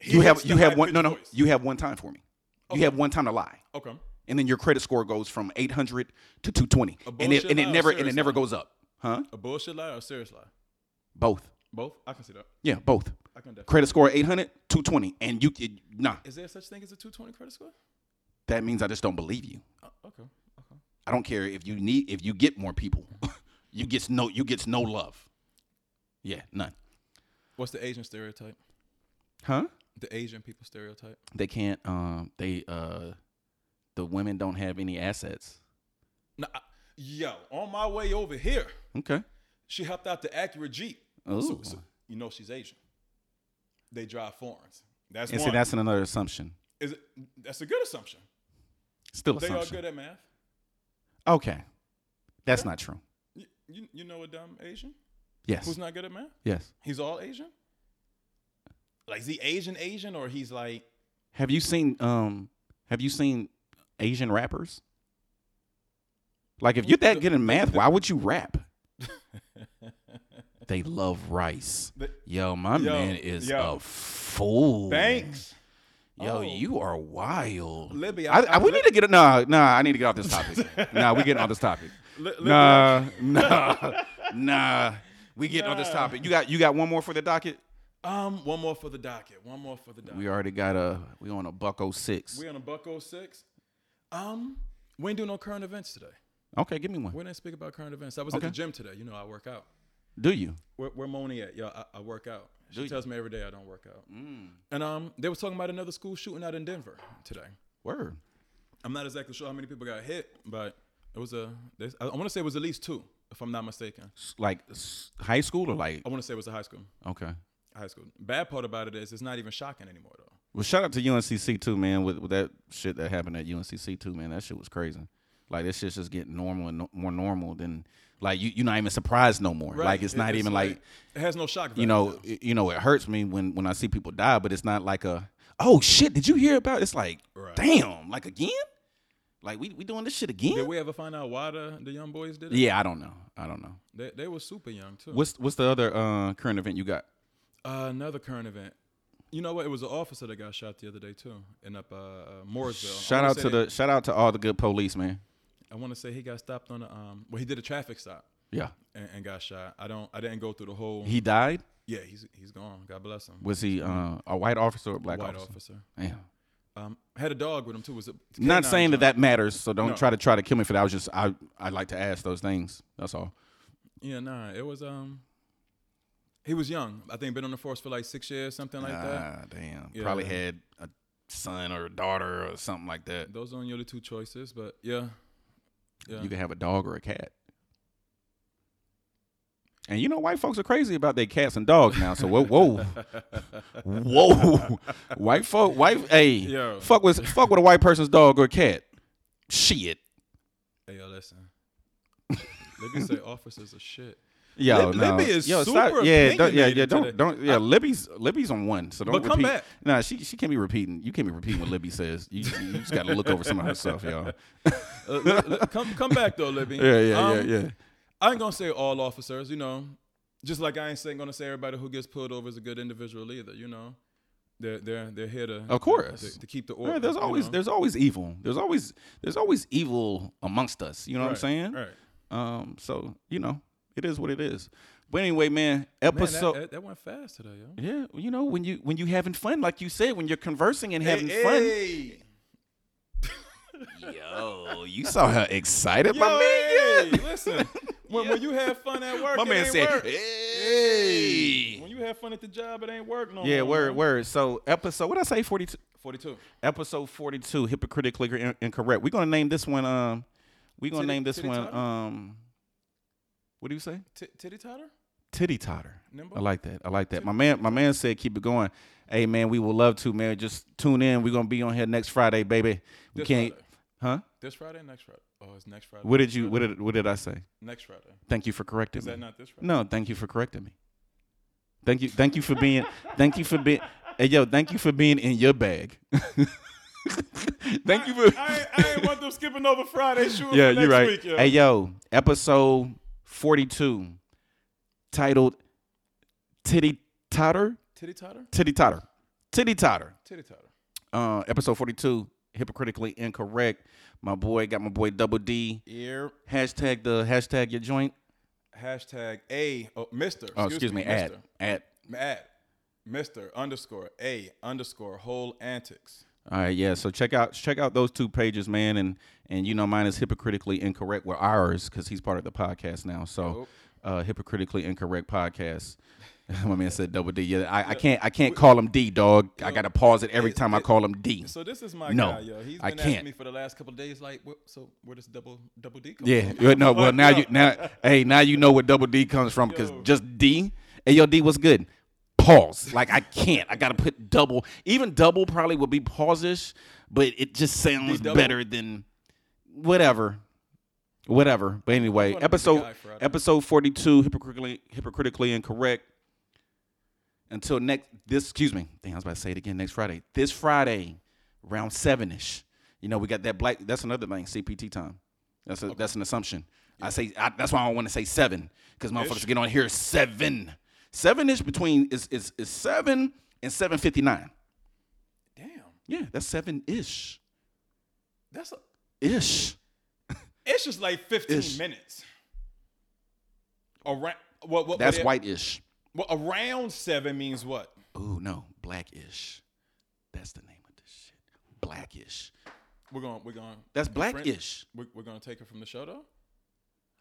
He
You have
hits
you
the
have one no no,
high-pitched voice.
you have one time for me. You have one time to lie.
okay.
and then your credit score goes from 800 to 220 and it,
bullshit
and it
lie or
never and
serious
it never
lie?
goes up huh
A bullshit liar or a serious liar?
both
Both. I can see that.
yeah both
I can definitely.
credit score 800 220 and you it, nah
Is there such thing as a 220 credit score?
that means i just don't believe you
Oh, okay. Okay.
i don't care if you need if you get more people (laughs) you gets no you gets no love yeah none
What's the Asian stereotype?
huh
The Asian people stereotype.
they can't um they uh the women don't have any assets
Nah, I- yo, on my way over here,
okay
she hopped out the Acura Jeep. So,
Ooh.
so you know she's Asian. They drive foreigns. That's
and see
one.
that's another assumption
Is it, that's a good assumption.
still
They
assumption
are good at math.
okay that's not true
You, you, you know a dumb Asian
yes
who's not good at math?
yes
He's all Asian. Like is he Asian Asian or he's like (laughs)
Have you seen um have you seen Asian rappers? Like if you're that good in math, why would you rap? they love rice.
The-
Yo, my
Yo,
man is
yo.
a fool.
thanks.
Yo,
Oh.
you are wild.
Libby,
I,
I-
I,
I-
we need to get nah, nah, I need to get off this topic.
(laughs)
nah, we getting off this topic.
Li- Libby,
Nah,
(laughs)
nah, nah. We getting off this
Nah.
topic. You got you got one more for the docket?
Um, one more for the docket. One more for the docket.
We already got a we on a buck 06.
We on a buck 06. Um, we ain't do no current events today.
Okay, give me one.
We didn't speak about current events. I was
Okay.
at the gym today. You know, I work out.
Do you?
Where, where Moni at? Yo, I, I work out. She
you? Mm.
tells me every day I don't work out. And um, they was talking about another school shooting out in Denver today.
Word.
I'm not exactly sure how many people got hit, but it was a. there's- I want to say it was at least two, if I'm not mistaken.
S- like s- high school or like
I want to say it was a high school.
okay.
High school. Bad part about it is it's not even shocking anymore though.
Well, shout out to UNCC too, man. With, with that shit that happened at UNCC too, man. That shit was crazy. Like this shit's just getting normal and no, more normal than like you. You're not even surprised no more. Like it's
It-
not even like,
it has no shock.
you know it- you know it hurts me when when I see people die, but it's not like a oh shit. Did you hear about? It's like
Right.
damn. Like again. Like we we doing this shit again?
Did we ever find out why the, the young boys did it?
yeah, I don't know. I don't know.
They, they were super young too.
What's what's the other uh, current event you got?
Uh, another current event. You know what? It was an officer that got shot the other day too, in up uh, Mooresville. I
Shout
wanna
out
say
to
that-
the shout out to all the good police, man.
I want to say he got stopped on a um. Well, he did a traffic stop
Yeah,
and, and got shot. I don't. I didn't go through the whole.
he died.
yeah, he's he's gone. God bless him.
Was he uh, a white officer or a black
White
officer?
officer.
Damn.
Um, had a dog with him too. Was a
Not
canine
saying that
dog.
that matters, so don't
No.
try to try to kill me for that. I was just I I like to ask those things. That's all.
Yeah, nah. It was um. He was young. I think been on the force for like six years, something like that.
ah, damn.
Yeah.
Probably had a son or a daughter or something like that.
Those are only the two choices, but yeah, yeah.
You can have a dog or a cat. And you know, white folks are crazy about their cats and dogs now. So whoa,
(laughs)
whoa, whoa, white folk, white, hey,
Yo.
fuck with fuck with a white person's dog or cat. Shit,
Hey, yo, listen. Libby say (laughs) officers are shit.
Yo,
Lib-
no.
Libby is
Yo, Yeah,
super
don't, yeah, yeah.
opinionated
Don't,
today.
don't. Yeah, Libby's Libby's on one, so don't
But
repeat.
come back.
Nah, she she can't be repeating. You can't be repeating what Libby says. You, you just got to look over some of her stuff,
(laughs)
y'all.
Uh, li- li- come, come back though, Libby.
Yeah, yeah,
Um,
yeah, yeah.
I ain't gonna say all officers, you know. Just like I ain't saying gonna say everybody who gets pulled over is a good individual either, you know. They're they're they're here to
Of course.
to, to keep the order.
Yeah, there's
you
always
know?
there's always evil. There's always there's always evil amongst us. You know what I'm
Right,
saying?
Right.
Um. So you know, it is what it is. But anyway, man.
Man, that, e-,
Episode.
that, that went fast today, yo.
yeah, you know when you when you having fun, like you said, when you're conversing and having
Hey,
fun. Yo, you saw how excited
yo,
my man.
hey,
got? (laughs)
listen. When, when you have fun at work,
My
it
man
ain't
said,
work.
"Hey."
When you have fun at the job, it ain't work no
Yeah,
more.
word, word. So episode, what I say, forty two.
Forty two.
Episode forty two, hypocritically in- incorrect. We're gonna name this one. Um, we're gonna
Titty-
name this
titty
one.
time?
Um, What do you say?
T- titty totter?
Titty totter.
Nimble?
I like that. I like that. My man, my man said, keep it going. Hey man, we would love to, man. Just tune in. We're gonna be on here next Friday, baby. We
This
can't,
Friday.
huh?
This Friday, next Friday. Oh, it's next Friday.
What did you? What did? What did I say?
Next Friday.
Thank you for correcting
Is
me.
that not this Friday?
No, thank you for correcting me. Thank you, thank you for being, thank you for being, hey yo, thank you for being in your bag. (laughs) thank you for.
I, ain't- I ain't want them skipping over Friday. Shoot
yeah,
for next
you're right.
Week, yo.
Hey yo, episode forty-two, titled "Titty Totter."
Titty totter?
Titty Totter. Titty Totter.
Titty totter.
Uh, episode forty-two, hypocritically incorrect. My boy got my boy Double D.
Ear.
Hashtag the hashtag your joint.
Hashtag A. Oh, Mr.
Oh, excuse, me. At
Mister.
at.
At Mr. Underscore A. Underscore Whole Antics.
All right, yeah. So check out check out those two pages, man, and and you know mine is hypocritically incorrect. Well, ours because he's part of the podcast now. So, uh, hypocritically incorrect podcast. (laughs) My man said double D. Yeah, I, I can't I can't call him D, dog. I gotta pause it every time I call him D.
So this is my
No,
guy, yo. He's been
I
asking
can't.
me for the last couple of days, like, wh- so where does double double D come
Yeah,
from?
well, no. Well,
Fuck
now
up.
you now hey now you know where double D comes from because just D. Hey, yo, D, what's good? Pause. Like I can't. I gotta put double. Even double probably would be pausish, but it just sounds
D-double?
better than whatever, whatever. But anyway,
wanna be the guy
episode
for it.
episode forty two hypocritically hypocritically incorrect. Until next this excuse me, dang, I was about to say it again next Friday. This Friday, round seven ish. You know we got that black. That's another thing. CPT time. That's a, that's an assumption. I say I, that's why I don't want to say seven because motherfuckers get on here seven, seven ish between is is is seven and seven fifty nine.
Damn.
Yeah, that's seven ish
That's a, Oh,
ish.
it's just like 15
Ish.
minutes. Around what what
That's
what-
white ish.
Well, around seven means what?
Ooh, no, blackish. That's the name of this shit. Blackish.
We're going. We're going.
That's
we're friends-
blackish.
We're, we're going to take it from the show though.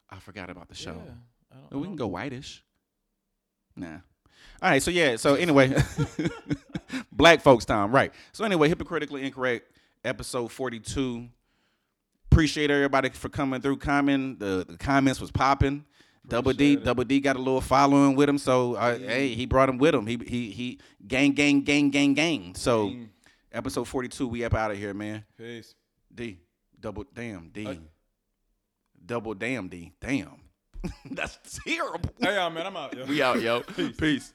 I forgot about the show.
Yeah. I don't,
Oh,
I
we can
don't-
go whitish. Nah. All right. So yeah. So anyway, (laughs) black folks time. Right. So anyway, hypocritically incorrect. Episode forty-two. Appreciate everybody for coming through. Comment. The, the comments was popping. Double D.
Appreciate it.
Double D got a little following with him. So uh, hey, he brought him with him. He he he. Gang gang gang gang gang. So episode forty-two. We up out of here, man.
Peace.
D. Double damn D. Double damn D. Damn. (laughs) That's terrible.
Hey, y'all, man. I'm out. Yo.
We out, yo. (laughs) Peace.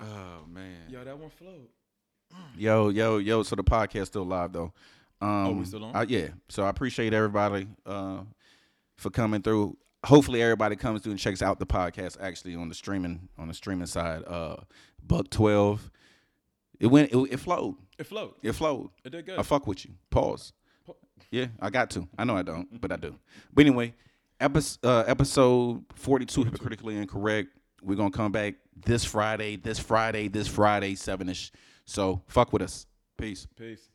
oh man.
Yo, that one flowed.
Yo, yo, yo. So the podcast still live though. Um, oh,
we still on?
yeah. So I appreciate everybody uh, for coming through. Hopefully everybody comes through and checks out the podcast actually on the streaming on the streaming side. Uh, Buck twelve. It went. It, it flowed.
It flowed.
It flowed.
It did good.
I fuck with you. Pause. Yeah, I got to. I know I don't, but I do. But anyway, episode, uh, episode 42, hypocritically incorrect. We're going to come back this Friday, this Friday, this Friday, seven ish. So fuck with us. Peace.
Peace.